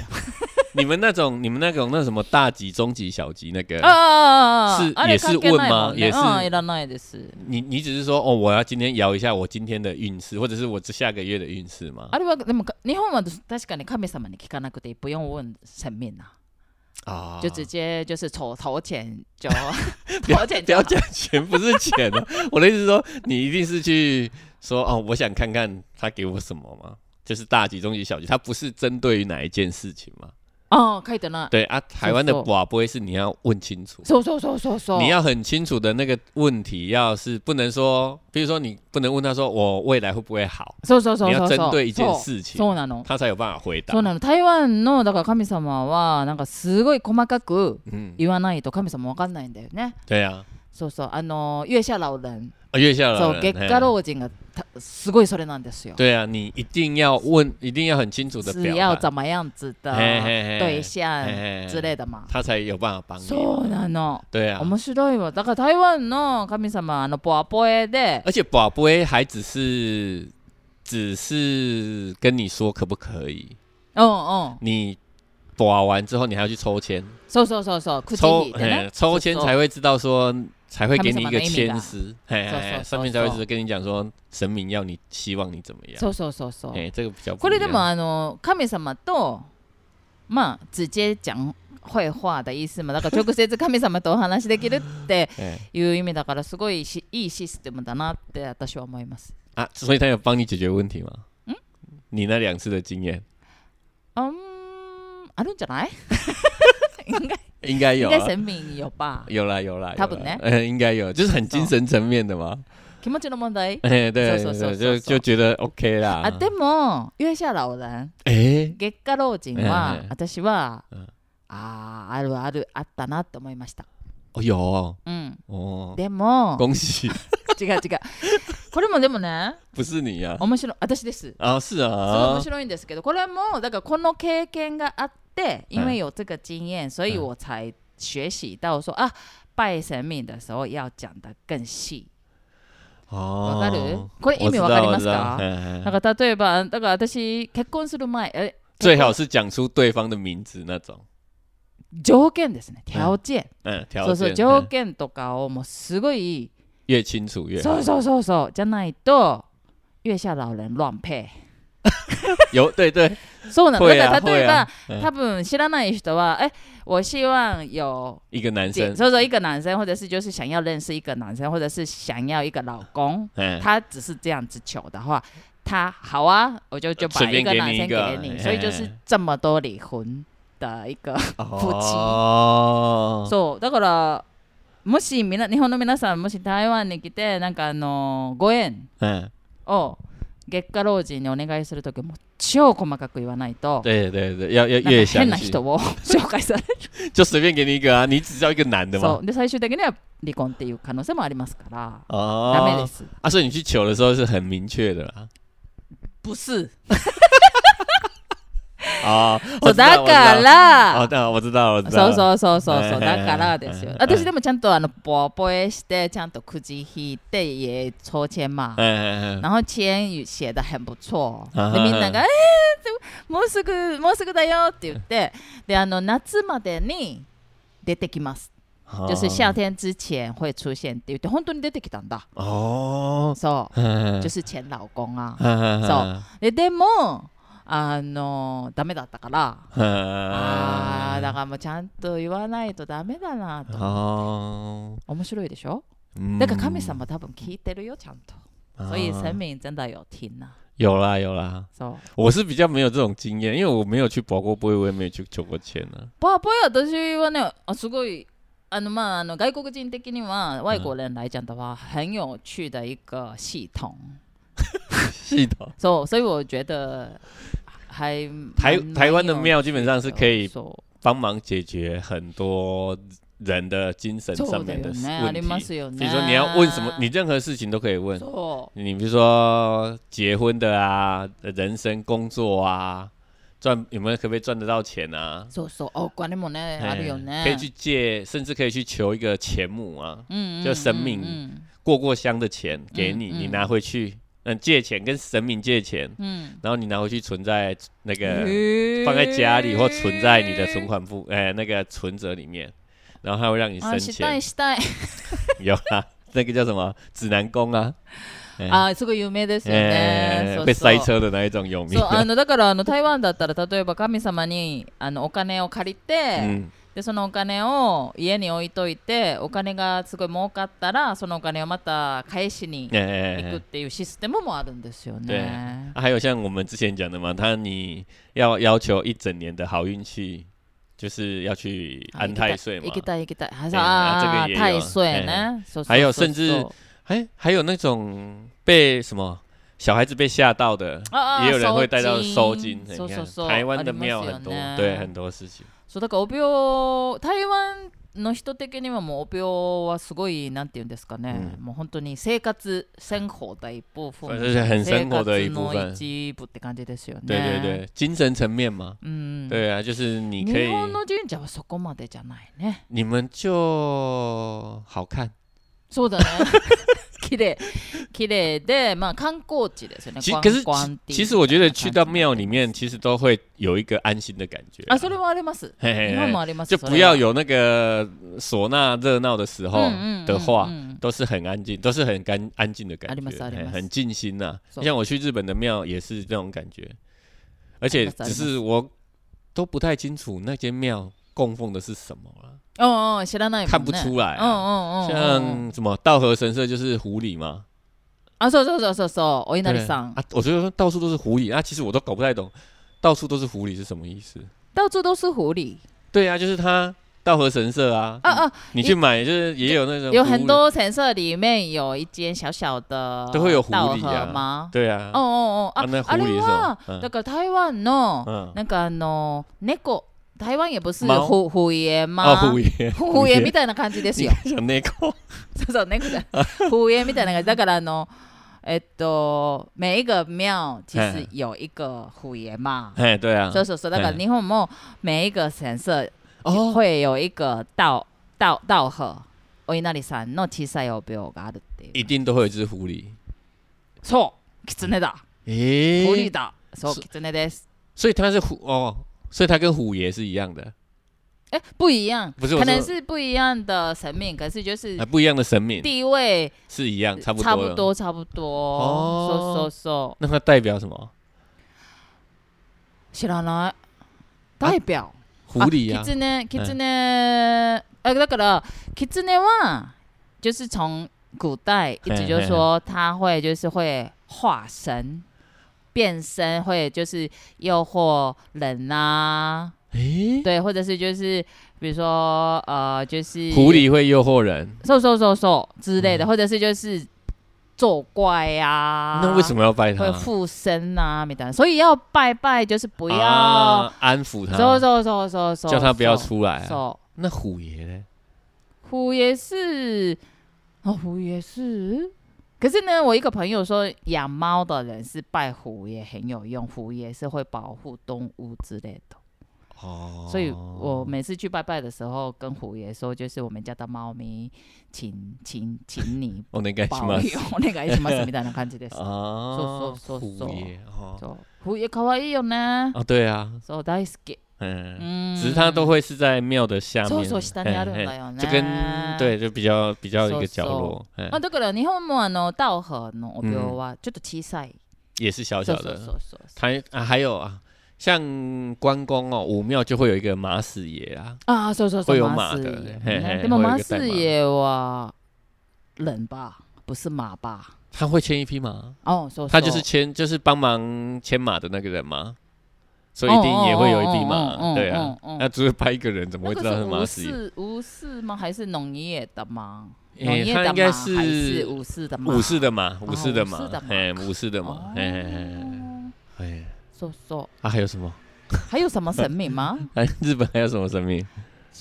S2: 你们那种你们那种那什么大吉、中吉、小吉那个，
S1: 啊
S2: 是
S1: あれ
S2: 也是
S1: 関係ないもんね
S2: 问吗也是
S1: うんいらないです。
S2: 你你只是说哦，我要今天摇一下我今天的运势，或者是我这下个月的运势吗？
S1: あれはでも日本は確かに神様に聞かなくて不用问神明呐，
S2: 啊，
S1: 就直接就是投投钱就
S2: 不
S1: 投
S2: 要
S1: 钱
S2: 不
S1: 就
S2: 要
S1: 好。
S2: 讲钱，不是钱哦。我的意思是说，你一定是去说哦，我想看看他给我什么嘛，就是大吉、中吉、小吉，它不是针对于哪一件事情嘛？
S1: 哦，可以的呢。
S2: 对啊，台湾的
S1: 没错
S2: 瓦不会是你要问清楚。
S1: そうそうそうそうそう。
S2: 你要很清楚的那个问题，要是不能说，比如说你不能问他说我未来会不会好，
S1: そうそうそう
S2: 你
S1: そう
S2: 要针对一件
S1: そう
S2: 事情，
S1: そうなの。
S2: 他才有办法回答
S1: そう。なの台湾のだから神様はなんかすごい細かく
S2: 嗯，
S1: 言わないと神様わかんないんだよね。
S2: 对啊，
S1: そうそうあの月下老人
S2: 啊月下
S1: そ
S2: 老
S1: う
S2: 人，
S1: 月下老人がたすごいそれなんですよ。
S2: 对啊，你一定要问，一定要很清楚的
S1: 是
S2: 表
S1: 要
S2: 达，
S1: 怎么样子的
S2: 嘿嘿嘿
S1: 对象
S2: 嘿嘿
S1: 之类的嘛。
S2: 他才有办法帮你。
S1: そうなの。
S2: 对啊，
S1: 面白いわ。だから台湾の神様あのポアポエで、
S2: 而且宝贝还只是只是跟你说可不可以，
S1: うんうん。
S2: 你刮完之后你还要去抽签，
S1: そうそうそうそう。口
S2: 抽
S1: 引いて
S2: 嘿
S1: ね。
S2: 抽签才
S1: そう
S2: 会知道说。才会
S1: 他
S2: 给
S1: 们什
S2: 你一
S1: 么
S2: 个
S1: 没名
S2: 签
S1: 的
S2: 诗，嘿
S1: 说
S2: 嘿
S1: 说
S2: 嘿
S1: 说
S2: 上面才会
S1: 说
S2: 是跟你讲说神明要你希望你怎么样，
S1: そうそうそうそうそう。
S2: 哎，这个比较不
S1: これ
S2: 一
S1: で
S2: 样
S1: もあの神様とまあ直接讲会話的意思もだから直接神様とお話できるって
S2: 哎
S1: いう意味だからすごいしいいシステムだなって私は思います。
S2: 啊，所以他有帮你解决问题吗？嗯，你那两次的经验
S1: あんあるんじゃない应该
S2: 应该有
S1: 应
S2: 啊
S1: 该神明有吧？
S2: 有啦有啦，
S1: 他
S2: 有
S1: 本
S2: 啦
S1: 来
S2: 嗯， 应该有，就是很精神层面的嘛。
S1: 気持ちの问題。
S2: 哎，对，
S1: 搜搜搜
S2: 对就
S1: 搜
S2: 就
S1: 搜
S2: 觉得 OK 啦。
S1: あでも、月下老人、
S2: 哎，
S1: 月下老人
S2: え
S1: は
S2: え、
S1: 私は
S2: うん、
S1: あーあるあるあったなと思いました。
S2: 哦有哦
S1: うん、
S2: 哦，
S1: でも、
S2: 恭喜，
S1: 違う違う。これもでもね、
S2: 不是你呀？
S1: 面白い、私です。
S2: 啊，是
S1: すごい面
S2: 啊，
S1: 白いんですけど、これも、だからこの経験があって、因为有这个经验，所以我才学习到说、あ、拜神明的时候要讲的更细。
S2: 哦
S1: わかるこれ意
S2: 我
S1: 味
S2: 知
S1: わかり
S2: 道我
S1: ます
S2: 知道，
S1: かだ
S2: 嗯嗯
S1: から例えば、だから私、結婚する前、え
S2: 最好是讲出对方的名字那种，
S1: 条件ですね、条件。そ
S2: 嗯，条
S1: うそう
S2: 件
S1: 条
S2: 嗯
S1: 件とかをもうすごい
S2: 越清楚越
S1: そ
S2: 好
S1: う。そうそうそうじゃないと月下老人乱配
S2: 有对对，
S1: そうなの
S2: 会
S1: だ
S2: 啊
S1: から例え
S2: 会
S1: ば
S2: 啊嗯
S1: 多分知らない人はえ我希望有
S2: 一个男
S1: 姐
S2: 生，
S1: そうそう一个男生或者是就是想要认识一个男生或者是想要一个老公
S2: 嗯，
S1: 他只是这样子求的话他好啊我就就把
S2: 随
S1: 一
S2: 便
S1: 个
S2: 给
S1: 男
S2: 你
S1: 生
S2: 一个
S1: 给你
S2: 哎
S1: 所以就是这么多离婚的一个夫妻
S2: 哦，
S1: そうだからもしみな日本の皆さんもし台湾に来てなんかあのご縁
S2: 嗯
S1: を月下老人にお願いする時も超細かく言わないと
S2: 对对对，要要
S1: なんか
S2: 越详
S1: 変な
S2: 细，
S1: 人を紹介され
S2: 就随便给你一个啊，你只要一个男的
S1: る
S2: 嘛
S1: そ。うで最終的には離婚っていう可能性もありますからダメで
S2: 哦，
S1: す
S2: 啊，所以你去求的时候是很明确的啦。
S1: 不是
S2: 哦，
S1: そうだか
S2: 了。
S1: ら
S2: 哦，那我知道，我知
S1: そ
S2: 道。
S1: うそうそうそうそう
S2: はいはいはい
S1: だからですよ
S2: はいはい
S1: 私でもちゃんとあのポポエしてちゃんとくじ引いて也抽签嘛
S2: 哎哎哎，
S1: 然后签也写的很不错，
S2: 啊
S1: でみんなが「えー、もうすぐもうすぐだよ」って言ってであの夏までに出てきます
S2: 哦
S1: 就是夏天之前会出现って言って本当に出てきたんだ
S2: 哦，
S1: そ
S2: 嗯
S1: う就是前老公啊
S2: 嗯
S1: そうででもあのダメだったからあーだからもうちゃんと言わないとダメだなと
S2: 哦，
S1: 面白いでしょ
S2: 嗯
S1: だから神様多分聞いてるよちゃんと
S2: 啊
S1: 所以神明真的有听な
S2: 有啦有啦，
S1: そう
S2: 我是比较没有这种经验，因为我没有去保过杯，我也没有去求过签啊呢、
S1: パワーポイ私はねあすごいあのまああの外国人的には外国人来讲的话、很有趣的一个系统，
S2: 系统
S1: 所、so, 所以我觉得还
S2: 台
S1: 蛮
S2: 台湾的
S1: 蛮有
S2: 庙基本上是可以
S1: そう
S2: 帮忙解决很多人的精神
S1: そうだ
S2: 上面的
S1: よねあ
S2: 问
S1: り
S2: 题。
S1: ますよね。
S2: 比如说你要问什么，你任何事情都可以问。
S1: そ
S2: 你比如说结婚的啊，人生、工作啊，赚有没有可不可以赚得到钱啊
S1: う？そうそうお金もねあるよね。
S2: 可以去借，甚至可以去求一个钱母啊，
S1: 嗯，嗯
S2: 就神明
S1: 嗯
S2: 过过香的钱给你，
S1: 嗯
S2: 你
S1: 嗯
S2: 拿回去，嗯，借钱跟神明借钱，
S1: 嗯，
S2: 然后你拿回去存在那个
S1: 嗯
S2: 放在家里或存在你的存。款簿，哎、那个存折里面，然后它会让你
S1: あ
S2: 生
S1: した
S2: 钱
S1: い。したい
S2: 有啊，那个叫什么指南宫啊，哎
S1: あすごい有名ですよ
S2: 哎
S1: ね。そう
S2: 被
S1: そう
S2: 塞车的那一种有名
S1: そうあ
S2: 的。
S1: のだからあの台湾だったら例えば神様にあのお金を借りて、
S2: 嗯，
S1: でそのお金を家に置いといてお金がすごい儲かったらそのお金をまた返しに
S2: 哎
S1: 行
S2: 哎
S1: くっ
S2: 哎
S1: ていうシステムもあるんですよね。
S2: 啊还有像我们之前讲的嘛，他你要要求一整年的好运气，就是要去
S1: あ
S2: 安太岁嘛
S1: 行。きたい行きたい。あ
S2: えあ
S1: あ
S2: 这个也有
S1: 太岁ね。そうそうそうそう
S2: 还有甚至哎、还有那种被什么小孩子被吓到的，
S1: ああ
S2: 也有人会带到啊收
S1: 金
S2: 金。你
S1: そうそうそう
S2: 看，台湾的庙很多
S1: ありますよね，
S2: 对，很多事情。
S1: そうだからお病台湾の人的にはもうお病はすごいなんて言うんですかね、
S2: う
S1: もう本当に生活生活的一部分
S2: そうですね生活的一部分
S1: 生活の一部って感じですよね
S2: 对对对，精神层面嘛，
S1: うん
S2: 对啊，就是你可以
S1: 日，本の神社はそこまでじゃないね
S2: 你们就好看。
S1: そうだね 綺麗綺麗でまあ観光地ですよね
S2: 其
S1: 观
S2: 可是
S1: 光地
S2: 其实我觉得去到庙里面，其实都会有一个安心的感觉啊。
S1: あそれはあります
S2: 嘿嘿
S1: 日
S2: 嘿
S1: 本もあります
S2: 就不要
S1: よ
S2: 有那个呃唢呐热闹的时候
S1: 嗯
S2: 的话，都是很安静，都是很干安静的感
S1: あります
S2: 觉，
S1: あり
S2: 嘿
S1: ます
S2: 很静心呐、
S1: そう
S2: 像我去日本的庙也是这种感觉，而
S1: あ
S2: 且
S1: りますあり
S2: 只
S1: ます
S2: 是我都不太清楚那间庙供奉的是什么了，
S1: うんうん知らないもんね
S2: 看不出来
S1: うんうんうんうんう
S2: 啊、
S1: ん
S2: 像什么道和神社就是狐狸嘛，
S1: あ、そうそうそうそうそう、お稲荷
S2: 对
S1: さん。
S2: 啊，我觉得到处都是狐狸啊，其实我都搞不太懂，到处都是狐狸是什么意思？
S1: 到处都是狐狸。
S2: 对啊，就是它道和神社啊，
S1: 啊啊，
S2: 你去买就是也有那种
S1: 有
S2: 狐
S1: 很
S2: 狸
S1: 多神社里面有一间小小的
S2: 都会有狐狸
S1: 稻
S2: 啊
S1: 荷吗？
S2: 对啊，
S1: 哦哦
S2: 啊
S1: 哦
S2: 那
S1: 啊，あ
S2: 狐狸
S1: れ
S2: 是
S1: は？
S2: 吧嗯
S1: だから台湾の
S2: 嗯，
S1: なんかあの猫、台湾也不是
S2: 猫
S1: 虎虎爷
S2: 啊，
S1: 吗？
S2: 虎 爷，
S1: 虎爷みたいな感じです よ。
S2: 小内裤，
S1: そうそう、猫じゃない虎爷みたいな感じ。だからあの。えっと、每一个庙其实
S2: 嗯
S1: 有一个虎爷嘛，
S2: 哎，对啊，
S1: そうそうそう、だから日本も每一个神社
S2: 哦，
S1: 会有一个道道道贺お稲荷さんの小さいお廟があるってい
S2: 一
S1: う。
S2: 定都会有一只狐狸，
S1: そう、狐だ。
S2: 诶
S1: 狐狸だ。そう、
S2: そ
S1: 狐です。
S2: 所以它是虎哦，所以它跟虎爷是一样的，
S1: 哎，不一样，
S2: 不是我
S1: 可
S2: 说
S1: 能是不一样的神明，可是就是
S2: 啊，不一样的神明
S1: 地位
S2: 是一样，差不多，
S1: 差不。多，差不多。そうそう
S2: 哦
S1: そ
S2: 那它代表什么？
S1: う。知らない。代表。
S2: 狐狸啊，
S1: 狐狐呃，だから狐は就是从古代一直就说他会就是会化身变身，会就是诱惑人啊，
S2: 诶，
S1: 对，或者是就是比如说呃，就是
S2: 狐狸会诱惑人，嗯
S1: 瘦瘦瘦瘦之类的，或者是就是作怪啊，
S2: 那为什么要拜
S1: 会
S2: 他？
S1: 附身啊？みたいな，所以要拜拜就是不要
S2: 啊、安抚他，
S1: 走走走走走，
S2: 叫他不要出来、啊。
S1: 走。
S2: 那虎爷呢？
S1: 虎也是，哦，虎也是。可是呢，我一个朋友说，养猫的人是拜虎也很有用，虎也是会保护动物之类的。
S2: 哦，
S1: 所以我每次去拜拜的时候，跟虎爷说，就是我们家的猫咪，请请请你
S2: お願いし
S1: 保
S2: ま
S1: 佑
S2: す。
S1: 那个什么什么的感じです。
S2: 啊，
S1: そうそうそうそう
S2: 虎爷哦，
S1: そう虎爷可愛いよね。
S2: 啊对啊，
S1: そう大好き。
S2: 嗯，
S1: 嗯，
S2: 只是他都会是在庙的下面，
S1: そうそう下にあるんだ
S2: 嘿嘿
S1: よね。
S2: 就
S1: 啊
S2: 跟对，就比较比较一个角
S1: そう
S2: 落，嗯
S1: まあ、だから日本もあの道哦和のお廟はちょっと小さい。
S2: 也是小
S1: そ
S2: 小
S1: うそうそ
S2: 的。
S1: うそう。
S2: 他啊，还有啊，像关公哦，武庙就会有一个马死爷啊，
S1: ああ、そうそうそう。
S2: 会有
S1: 麻四
S2: 马的
S1: 爷嗯ね
S2: 嘿嘿
S1: でも
S2: 会有
S1: 麻
S2: 一个代
S1: 四
S2: 码
S1: 爷は人吧，不是马吧？
S2: 他会牵一匹马，
S1: 哦，そうそう。
S2: 他就是牵，就是帮忙牵马的那个人嘛，所以
S1: 哦
S2: 一定也会有一匹马，对啊。
S1: 嗯。嗯嗯嗯嗯
S2: 那只会拍一个人，怎
S1: 那
S2: 么会
S1: 个
S2: 知道他
S1: 是
S2: 是马
S1: 无
S2: 死爷？
S1: 视无视吗？还是农业的吗？农
S2: 诶
S1: 业
S2: 他
S1: 的
S2: 应该
S1: 吗？还是
S2: 是
S1: 武士的吗？
S2: 武士的马，武士的
S1: 哦武士
S2: 马
S1: 的，马
S2: 哎，武士的
S1: 哦
S2: 马，哎哎哎哎哎，
S1: そうそう。
S2: 啊，还有什么？
S1: 还有什么神明 吗？
S2: 哎，日本还有什么神明？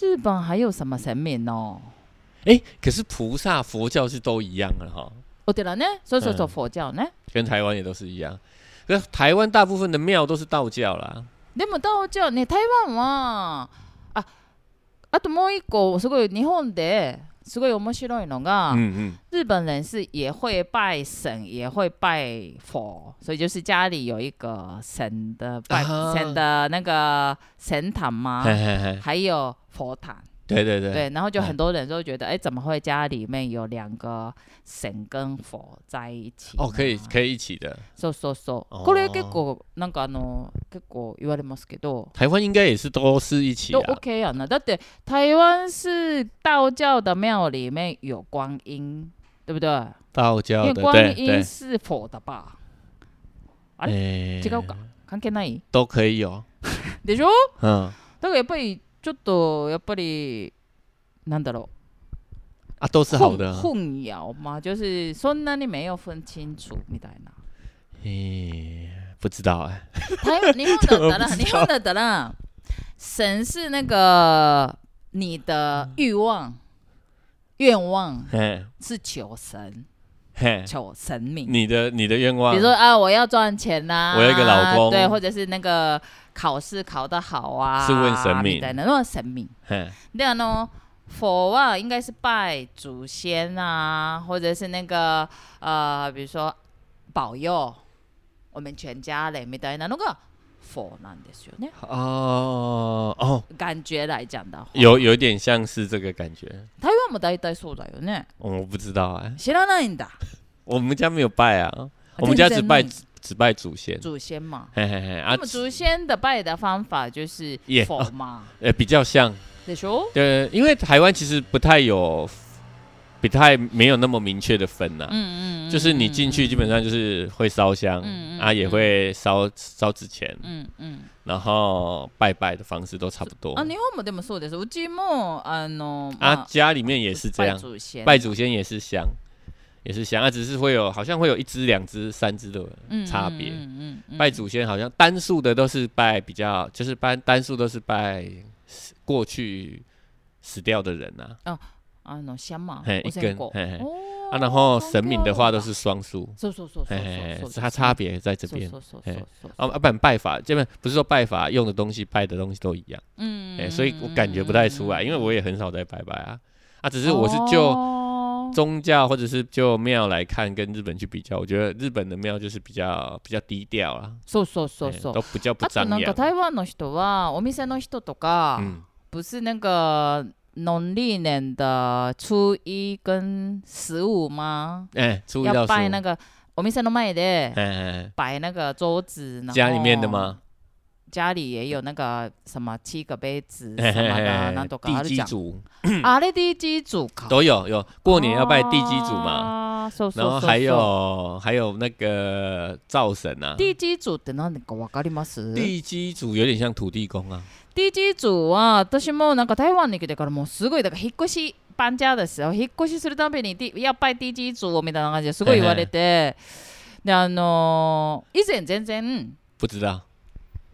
S1: 日本还有什么神明哦？
S2: 哎，可是菩萨、佛教是都一样的哈，
S1: お寺ね、そうそうそう
S2: うん
S1: 佛教ね。
S2: 跟台湾也都是一样。可是台湾大部分的庙都是道教啦，
S1: でも道教ね台湾はああともう一個すごい日本ですごい面白いのが、
S2: 嗯嗯，
S1: 日本人是也会拜神，也会拜佛，所以就是家里有一个神的拜、
S2: 啊
S1: 神的那个神坛嘛，
S2: 嘿嘿嘿，
S1: 还有佛坛。
S2: 对对对，
S1: 啊对，然后就
S2: 嗯
S1: 很多人就会觉得，哎，怎么会家里面有两个神跟佛在一起呢？
S2: 哦，可以可以一起的。
S1: そうそうそう。
S2: 哦
S1: これ結構なんかあの結構言われますけど。
S2: 台湾应该也是都是一起
S1: 都
S2: 啊，
S1: OK 啊，那だって台湾是道教的庙里面有观音，对不对？
S2: 道
S1: 因啊
S2: 教
S1: 为
S2: 的
S1: 观
S2: 对
S1: 音
S2: 对，
S1: 是佛的吧？あ
S2: 哎
S1: 違うか、関係ない
S2: 都可以有，
S1: でしょ？
S2: 嗯，
S1: だからやっぱりちょっとやっぱりなんだろ
S2: 啊，都
S1: う
S2: 是好
S1: 混
S2: 的啊。
S1: 混淆嘛，就是そんなに没有分清楚みたい な。
S2: 诶，不知道哎、
S1: 台湾日本だったら日本だったら神是那个你的欲望愿望是求神。
S2: 嘿，嘿，
S1: 求神明，
S2: 你的你的愿望，
S1: 比如说啊，我要赚钱呐、
S2: 我要一个老公
S1: 对，或者是那个考试考得好啊，
S2: 是问神明
S1: みたいなのは神明。
S2: 嘿，
S1: 那呢，佛啊，应该是拜祖先啊，或者是那个呃，比如说保佑我们全家人みたいなのが佛なんですよね。
S2: 哦哦，
S1: 感觉来讲的话，
S2: 有有点像是这个感觉，
S1: 台湾も大体そうだよね。
S2: 我不知道哎、
S1: 知らないんだ。
S2: 我们家没有拜啊，我们家只拜
S1: 全然
S2: 只拜祖先，
S1: 祖先嘛。
S2: 嘿嘿嘿啊
S1: 那么，祖先的拜的方法就是
S2: 也
S1: 佛嘛，
S2: 呃，比较像，
S1: でしょ？
S2: 对，因为台湾其实不太有，不太没有那么明确的分呐、啊
S1: 嗯嗯，
S2: 就是你进去基本上就是会烧香，
S1: 嗯嗯
S2: 啊，也会烧烧纸钱，
S1: 嗯嗯
S2: 然后拜拜的方式都差不多。
S1: あ日本もでもそうです。うちもあの
S2: 啊，家里面也是这样
S1: 拜，祖先，
S2: 拜祖先也是香，也是香，啊，只是会有好像会有一只、两只、三只的
S1: 嗯
S2: 差别。
S1: 嗯嗯
S2: 拜祖先好像单数的都是拜比较，就是拜单数都是拜死过去死掉的人呐、
S1: あのシャマ
S2: 嘿一根
S1: お線香
S2: 嘿嘿
S1: お
S2: 啊，
S1: ー
S2: 然后神明的话都是
S1: 関
S2: 双数，
S1: 係あるんだそうそうそうそう
S2: 嘿
S1: そう
S2: 嘿
S1: そう
S2: 嘿，它差别在这边
S1: そうそうそう
S2: 嘿
S1: そう
S2: 啊，啊不然拜法这边不是说拜法用的东西拜的东西都一样，
S1: 嗯
S2: 哎、所以我感觉不太出来，因为我也很少在拜拜啊，啊，只是我是就。
S1: 哦
S2: 宗教或者是就庙来看，跟日本去比较，我觉得日本的庙就是比较比较低调啦，
S1: そうそうそう
S2: 哎
S1: そう
S2: 都比较不
S1: あと
S2: 张
S1: なんか
S2: 扬。
S1: 台湾の人はお店の人とか、
S2: 嗯，
S1: 不是那个农历年的初一跟十五吗？
S2: 哎、初一到
S1: 要
S2: 十
S1: 拜
S2: 五
S1: 那，个我们现在卖的
S2: 哎、哎
S1: 摆那个桌子，然后
S2: 哎家里面的？吗？
S1: 家里也有那个什么七个杯子
S2: 哎
S1: 什么的，那
S2: 哎
S1: 都搞
S2: 地
S1: 得
S2: 基
S1: 讲。
S2: 主
S1: 啊，那地基组考
S2: 都有有，过年要拜地基主嘛，
S1: 啊あ、そうそう
S2: 然
S1: そ
S2: 后
S1: う。
S2: 还有还有那个灶神啊，
S1: 地基主って何かわかります
S2: 地基主有点像土地公啊，
S1: DG 組は私もなんか台湾に来てからもうすごいだから引っ越し搬家ですよ引っ越しするたびに、D、やっぱり DG 組をみたいな感じですごい言われてであのー以前全然
S2: 不知道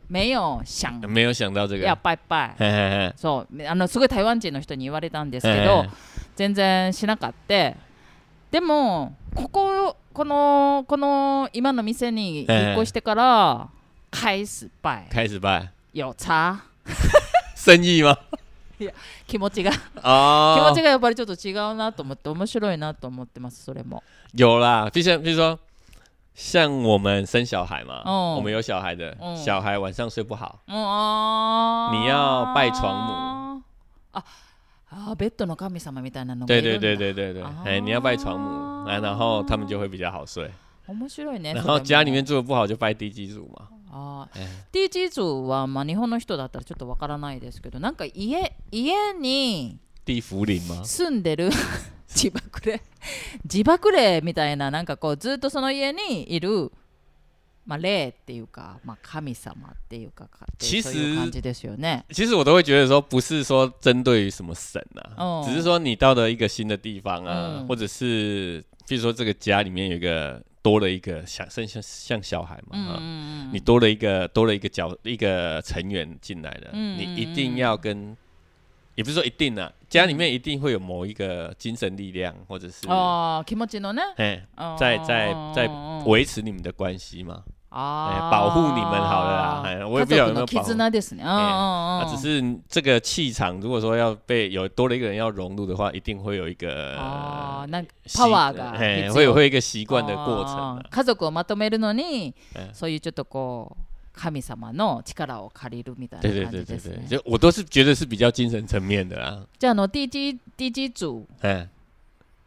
S1: 没有想
S2: 没有想到这个，
S1: 嗯要拜拜
S2: 嘿嘿嘿
S1: そうあのすごい台湾人の人に言われたんです
S2: 嘿
S1: け
S2: 嘿
S1: ど
S2: 嘿
S1: 全然しなかったでもこここのこの今の店に引っ越してから開始拜
S2: 开始拜
S1: 有差
S2: 生意吗？
S1: 気持ちが気
S2: 哦
S1: 持ち，がやっぱりちょっと違うなと思って面白い那と思ってますそれも
S2: 有啦，就像比如说，像我们生小孩嘛，
S1: 哦
S2: 我们有小孩的，
S1: 嗯
S2: 小孩晚上睡不好，
S1: うんあー
S2: 你要拜床
S1: ああーベッドの神様みたいなのが
S2: 对
S1: いるんだ
S2: 对对对对对，
S1: 哦
S2: 哎、你要拜床母，啊，然后他们就会比较好睡，
S1: 面白い ねそれ
S2: 然后
S1: も
S2: 家里面住的不好就拜地基主嘛，
S1: あー
S2: え
S1: DG 族はまあ日本の人だったらちょっとわからないですけどなんか家家に
S2: 地福林吗？
S1: 住んでる 自爆霊自爆霊みたいななんかこうずっとその家にいるまあ霊っていうかまあ神様っていうかかっていうそういう
S2: 其实
S1: 感じですよね
S2: 其实我都会觉得说，不是说针对于什么神啊，
S1: 哦
S2: 只是说你到了一个新的地方啊，
S1: 嗯
S2: 或者是比如说这个家里面有一个多了一个小像像像小孩嘛，
S1: うんうん
S2: 啊
S1: うん
S2: 你多了一个多了一个角一个成员进来了，
S1: 嗯
S2: 你一定要跟，也不是说一定啊，家里面一定会有某一个精神力量，或者是
S1: ああ気持ちのね
S2: 哎在
S1: 在
S2: 在在
S1: 哦
S2: 维持你们的关系嘛，哎保护你们好了啦，哎我也不知道有没有保护。
S1: 絆ですね。あ
S2: 啊，只是这个气场，如果说要被有多了一个人要融入的话，一定会有一个
S1: あーなんか
S2: 习
S1: パワーが必
S2: 哎，
S1: 要
S2: 会有会有一个习惯的过程
S1: あ
S2: 啊
S1: ー。家族をまとめるのに
S2: ええ
S1: そういうちょっとこう神様の力を借りるみたい
S2: 对对
S1: な感
S2: 对
S1: じ
S2: 对
S1: です
S2: 对，
S1: ね。
S2: 就我都是觉得是比较精神层面的啊。
S1: じゃああの DG DG 组
S2: 哎，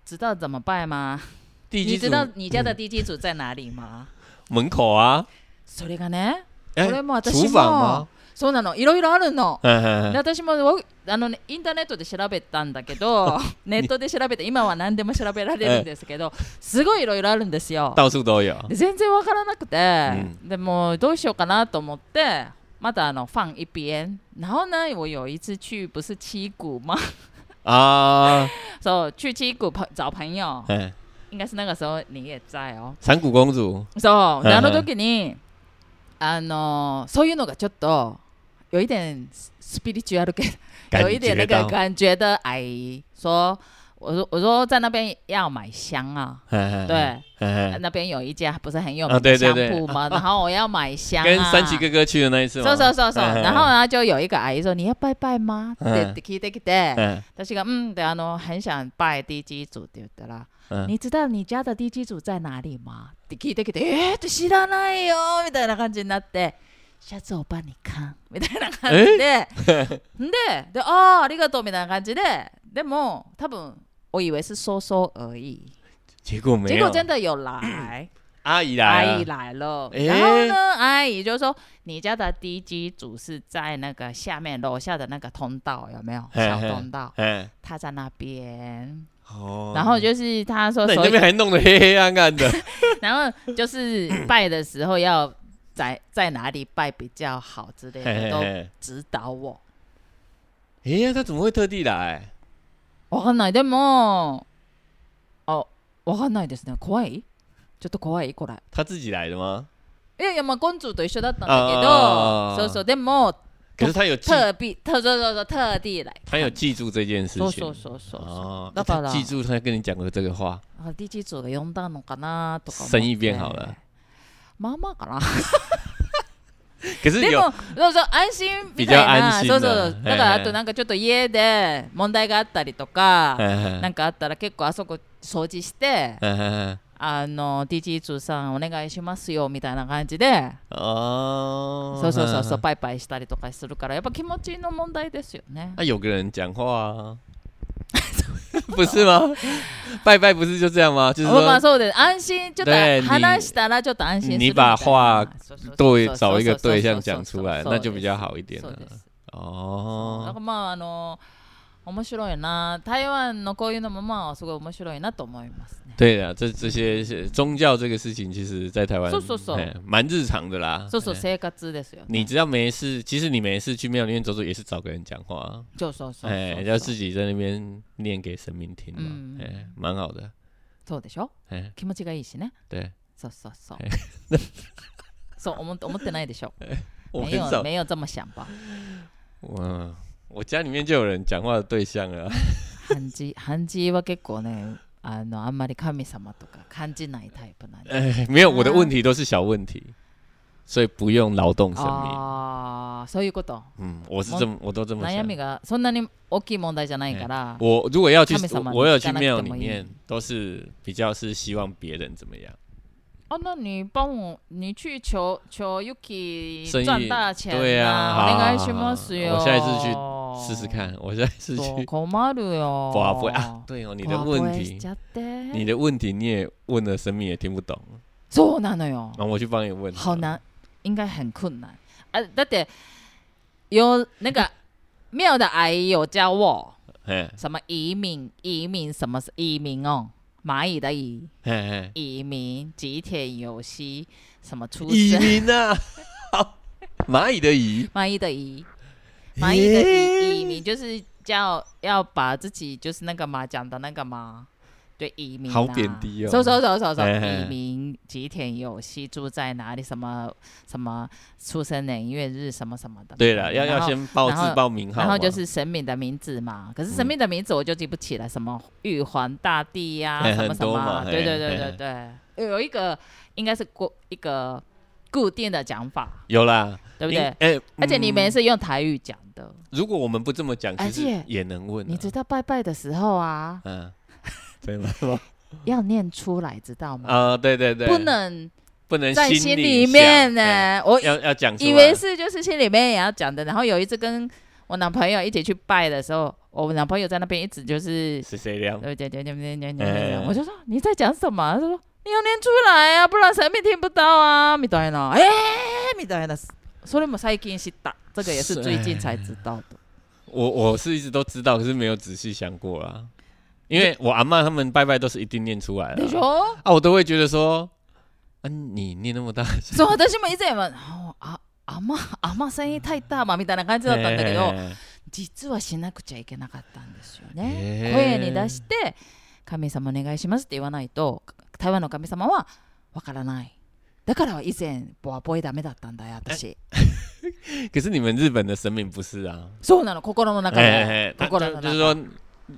S1: 知道怎么拜吗？
S2: 地
S1: 你
S2: 基
S1: 知
S2: 组
S1: 道你家的 DG 组在哪里吗？
S2: 门口啊，
S1: それがね、
S2: 哎
S1: これも私
S2: 厨房
S1: も
S2: 吗？
S1: そうなのいろいろあるの。
S2: 嗯
S1: で
S2: 嗯嗯
S1: 私もわあのねインターネットで調べたんだけ どネットで調べて今は何でも調べられるんですけどすごいいろいろあるんですよ
S2: 到处都 有。
S1: で全然わからなくて、
S2: うん
S1: でもどうしようかなと思ってまたあの放一边然后呢我有一次去不是七股吗
S2: 啊，
S1: そう去七股朋找朋友
S2: 哎，
S1: 应该是那个时候你也在哦
S2: 山谷公主，
S1: そうであ
S2: うんうん
S1: の時にあのそういうのがちょっと有一点スピリチュアル系有一
S2: 感
S1: 点那
S2: 觉
S1: 个
S2: 到，
S1: 感觉的阿姨说，我说我说在那边要买香啊，
S2: 嗯，
S1: 对，
S2: 嗯，嗯
S1: 那边有一家不是很有
S2: 啊
S1: 名
S2: 对
S1: 的
S2: 对
S1: 香
S2: 对
S1: 铺吗？然后我要买香、啊，
S2: 跟 三崎哥哥去的那一次
S1: 是
S2: 嘛。
S1: 是是是，
S2: 嗯
S1: 然后，呢就有一个阿姨说你要拜拜吗？
S2: 嗯
S1: 对，聞いてき
S2: 嗯
S1: て，
S2: 嗯
S1: 但是个嗯，对啊，喏，很想拜地基主って言ったら、
S2: 嗯
S1: 你知道你家的地基主在哪里吗？って聞いてきて、えー、って知らないよみたいな感じになって。シャツをバニカンみたいな感じで、んで、で、ああ、ありがとうみたいな感じで、でも、多分我以为是说说而已，
S2: 结果没
S1: 结果
S2: 有，
S1: 真的有 来，
S2: 阿姨
S1: 阿
S2: 来
S1: 姨
S2: 了，
S1: 来了，
S2: 哎
S1: 然后呢，阿姨就说你家的地基组是在那个下面楼下的那个通道有没有
S2: 嘿
S1: 小
S2: 嘿
S1: 通道？
S2: 哎，
S1: 他在那边，
S2: 哦，
S1: 然后就是他说，
S2: 那你
S1: 所
S2: 那
S1: 以
S2: 边还弄得黑黑 暗暗的，
S1: 然后就是拜的时候要在在哪里拜比较好之类的，都
S2: 哎
S1: 指导我。
S2: 呀，他怎么会特地来？
S1: わかんないでも、あ、わかんないですね。怖い？ちょっと怖いこれ。
S2: 他自己来的吗？
S1: いやいやまあゴンズと一緒だったんだ
S2: あ
S1: け
S2: ー
S1: ど、そうそうでも
S2: 可是他有记，
S1: 特地特そうそうそう特地来看。
S2: 他有记住这件事
S1: そうそ
S2: 情
S1: う。そうそう。
S2: 哦，
S1: だから
S2: 他记住他跟你讲的这 个话，
S1: あ、理事長が呼んだのかなとか思って。
S2: 生意变好了。
S1: まあまあかな。
S2: 可是
S1: で
S2: 有
S1: も、そうそう安心みたいな。
S2: 比
S1: そ
S2: 較安心
S1: うそ
S2: だ
S1: う。だか
S2: はい
S1: ら
S2: は
S1: あ
S2: い
S1: となんかちょっと家で問題があったりとか、
S2: 嗯
S1: なんかあったら結構あそこ掃除して
S2: 嗯，嗯
S1: あの理事長さんお願いしますよみたいな感じで、
S2: 嗯哦，
S1: そうそうそうそう
S2: 嗯。
S1: バイバイしたりとかするから、やっぱ気持ちの問題ですよね。
S2: 那啊有个人讲 话啊，不是吗？拜拜不是就这样吗？就是
S1: まあまあ
S2: 说，
S1: そうです安心ちょっ
S2: 对
S1: と
S2: 你
S1: 話したらちょっと安心する
S2: 你
S1: みたいな
S2: 把话
S1: そうそうそう
S2: 对
S1: そう
S2: 找一个
S1: そうそう
S2: 对象
S1: そう
S2: 讲出来
S1: そう
S2: 那就比较好一点
S1: そう
S2: 了
S1: ですそうですだか
S2: 哦
S1: ら，まああの面白いな台湾のこういうのもまあすごい面白いなと思いますね
S2: 对的，这这些是宗教这个事情，其实在台湾
S1: 嗖嗖嗖
S2: 哎蛮日常的啦。
S1: そうそう
S2: 哎
S1: 生活ですよ、ね、
S2: 你只要没事，其实你没事去庙里面走走，也是找个人讲话啊，
S1: そうそうそうそう
S2: 哎，要自己在那边念给神明听
S1: 嗯
S2: 嘛，哎，蛮好的，
S1: そうでしょ
S2: 哎，
S1: 気持ちがいいしね
S2: 对，
S1: そうそうそう
S2: え
S1: そう思って思ってないでし ょ
S2: 我
S1: 没
S2: 很少
S1: 有没有这么想吧
S2: 我我家里面就有人讲话的对象了啊，
S1: 漢字漢字は結構ねあのあんまり神様とか感じないタイプなんで
S2: 哎， 没有，我的
S1: 嗯
S2: 问题都是小问题，所以不用劳动神
S1: 哦
S2: 明。
S1: ああそういうこと
S2: 嗯，我是这么，我都这么
S1: 悩
S2: 想
S1: み。がそんなに大きい問題じゃないから、
S2: 我如果要去
S1: 他们，什么
S2: 我有
S1: 你
S2: 去
S1: 干那
S2: 庙
S1: 怎
S2: 里
S1: 么
S2: 面
S1: 赢，
S2: 都是比较是希望别人怎么样。
S1: あ哦那你帮我你去求求 Yuki
S2: 生意
S1: 赚大钱、
S2: 对啊
S1: お願いしますよ
S2: 好好好好
S1: 哦
S2: 试试看，我现在是
S1: そう
S2: 去
S1: 困るよ
S2: 不不啊， 对哦，你的问
S1: し
S2: 题
S1: ち，ゃって
S2: 你的问题你也问了，神明也听不懂，
S1: そうなの よ
S2: 然后我去帮你问。
S1: 好难应该很困难あだって有那个庙的阿姨有教我
S2: 哎
S1: 什么移民移民什么是移民哦蚂蚁的蚁
S2: 哎哎，
S1: 移民吉田有希什么出
S2: 蚁
S1: 身
S2: 民啊，好 蚂蚁的蚁，
S1: 蚂蚁的蚁，蚂蚁的蚁，
S2: 诶
S1: 蚁民就是叫要把自己就是那个嘛讲的那个嘛，对移民、啊、
S2: 好贬低哦
S1: 走走走走走，
S2: 嘿嘿
S1: 移民吉田有希住在哪里？什么什么出生年月日什么什么的。
S2: 对了，要
S1: 然
S2: 要
S1: 后。
S2: 先报
S1: 然后
S2: 自报名号嘛，
S1: 然后就是神明的名字嘛，可是神明的名字我就记不起来，什么玉皇大帝呀、
S2: 嘿
S1: 什么
S2: 很
S1: 什
S2: 多
S1: 么啊
S2: 嘛，
S1: 对对
S2: 嗯嘿
S1: 对
S2: 嘿
S1: 对对，有一个应该是固一个固定的讲法，
S2: 有啦，
S1: 对不
S2: 因
S1: 对？？
S2: 哎，
S1: 而且你
S2: 嗯
S1: 们是用台语讲的，
S2: 如果我们不这么讲，
S1: 而
S2: 其实
S1: 且
S2: 也能问啊。
S1: 你知道拜拜的时候啊，
S2: 嗯，对吗？
S1: 要念出来，知道吗？
S2: 嗯啊，对对对，
S1: 不能
S2: 不能
S1: 在
S2: 心
S1: 心
S2: 里
S1: 里面呢、
S2: 想，
S1: 我
S2: 对要要讲出来，
S1: 以为是就是心里面也要讲的。然后有一次跟我男朋友一起去拜的时候，我男朋友在那边一直就是
S2: 是谁亮？
S1: 对对对对对对
S2: 嗯哎
S1: 对，我就说你在讲什么？他说你要念出来啊，不然神明听不到啊，みたい な。哎、みたいな。それも最近知った。这个也是最近才知道的。
S2: 我我是一直都知道，可是没有仔细想过啊。因为我阿嬷他们拜拜都是一定念出来
S1: でし
S2: 的啊，
S1: ょ？
S2: 啊我都会觉得说，啊，你念那么大声，
S1: そう私も以前はああ甘甘さに炊いたまみたいな感じだったんだけど、
S2: 哎
S1: 実はしなくちゃいけなかったんですよね、
S2: へー
S1: 声に出して「神様お願いします」って言わないと台湾の神様はわからないだから以前ボアボイダメだったんだよ私
S2: 可是你们日本的神明不是啊？
S1: そうなの心の中
S2: 哎
S1: で
S2: 哎，他
S1: 心
S2: 就
S1: の
S2: 就
S1: 中
S2: 是说。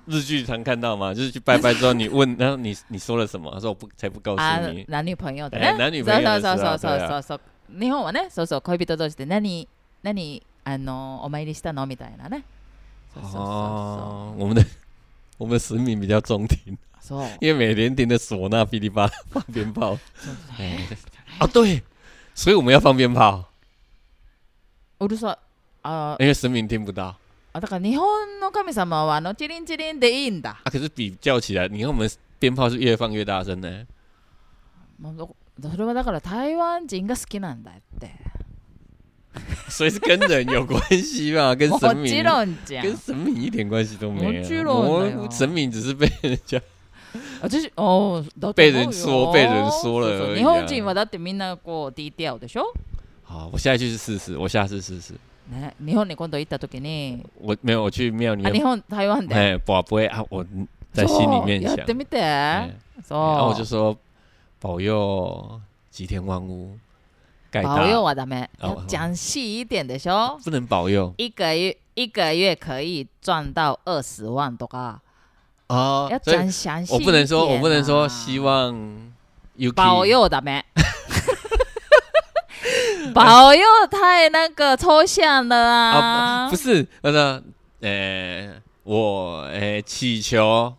S2: 日剧常看到嘛，就是去拜拜之后，你问，然后你你说了什么？他说我不才不告
S1: あ
S2: 诉你，
S1: 男女朋友で
S2: え
S1: ね
S2: ー男女朋友です
S1: そうそうそう
S2: あ
S1: そう
S2: そ
S1: そうそう日本はねそうそう恋人同士で何何あのお参りしたのみたいなねそうそうそうそう
S2: 哦哦，我们的 我们的神明比较中听，
S1: そう
S2: 因为每年听的唢呐噼里 啪啦放鞭炮。哎啊，对，所以我们要放鞭炮，
S1: うるさいあー
S2: 因为神明听不到啊。
S1: あだから日本の神様はあのチリンチリンでいいんだ、
S2: 可是比较起来，你看我们鞭炮是越放越大声呢。
S1: まあどそれはだから台湾人が好きなんだって
S2: 所以是跟人有关系 嘛，跟
S1: も
S2: 神
S1: ち
S2: 明
S1: ろんじゃん
S2: 跟神明一点关系都没有。
S1: もちろんだよ
S2: 我神明只是被人家
S1: 私おーだと思うよ
S2: 被人说被人说了
S1: そうそう
S2: 而已啊
S1: 日本人はだってみんなこう DTL でしょ、
S2: 好，我下次去试试，我下次试试。
S1: ね、日本に今度行った時に
S2: 我没有，我去庙里
S1: あ日
S2: 面，
S1: 本台湾で、
S2: 哎，宝贝啊，我在心里面
S1: そう
S2: 想
S1: やっ。てみて、
S2: 哎
S1: そう、
S2: 然后我就说保佑吉田万物盖大，
S1: 保佑はダメ
S2: あ
S1: 要讲细一点でしょ
S2: 不能保佑
S1: 一个月一个月可以赚到二十万とか
S2: 啊
S1: 要
S2: 所以
S1: 讲详细、啊
S2: 我不能说，我不能说希望 Yuki
S1: 保佑的没。保佑太那个抽象了啊！
S2: 啊，不不是，那个呃，我呃祈求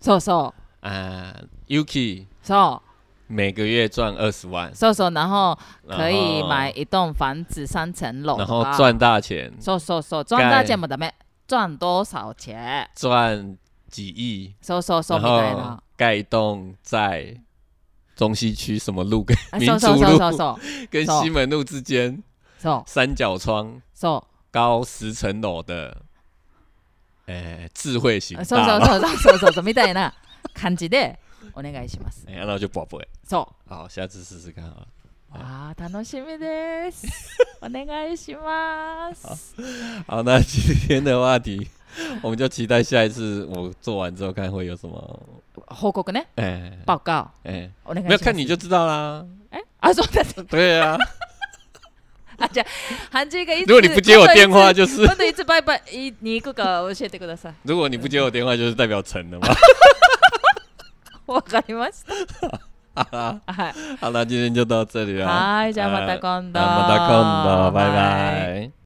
S1: そうそ
S2: 啊 Yuki
S1: うそ
S2: 每个月赚二十万
S1: う，そうそう，然后
S2: 然后
S1: 可以买，一栋房子三层楼，
S2: 然后，赚大钱，
S1: そうそうそう，赚大钱もダメ，赚多少钱？
S2: 赚几亿，
S1: そうそうそう
S2: 然
S1: みたいな
S2: 后。盖一栋在中西区什么路跟
S1: あ
S2: 民
S1: そう
S2: 族
S1: そうそうそう
S2: 路
S1: そう
S2: 跟
S1: 走
S2: 西门路之间
S1: そう
S2: 三角窗。
S1: そ
S2: 高十层楼的诶智慧型
S1: あ
S2: 大
S1: そうそうそう
S2: 佬，
S1: そうそうそうそうみたいな感じでお願いします。
S2: 哎那我就宝贝，
S1: そ
S2: 好，下次试试看啊。
S1: う。あー楽しみ です。お願いします。
S2: 好，那今天的话题，我们就期待下一次我做完之后看会有什么。
S1: 報告ね。
S2: 哎
S1: 報告。
S2: 哎，
S1: お願いし
S2: 没
S1: ま
S2: 有
S1: す。
S2: 看你就知道啦。
S1: えあ、そうだね。
S2: 对啊，
S1: あ、じゃあ、ハンジがいつ
S2: 如果你不接我电话，就是
S1: 今度いつバイバイに行くか教えてく ださい。
S2: 如果你不接我电话，就是代表成了嘛。
S1: わかりま した。
S2: 好
S1: はい。
S2: 啦，今天就到这里了。
S1: はい、じゃあまた
S2: 呃
S1: 今度。
S2: 啊また今度，拜
S1: はい
S2: 拜。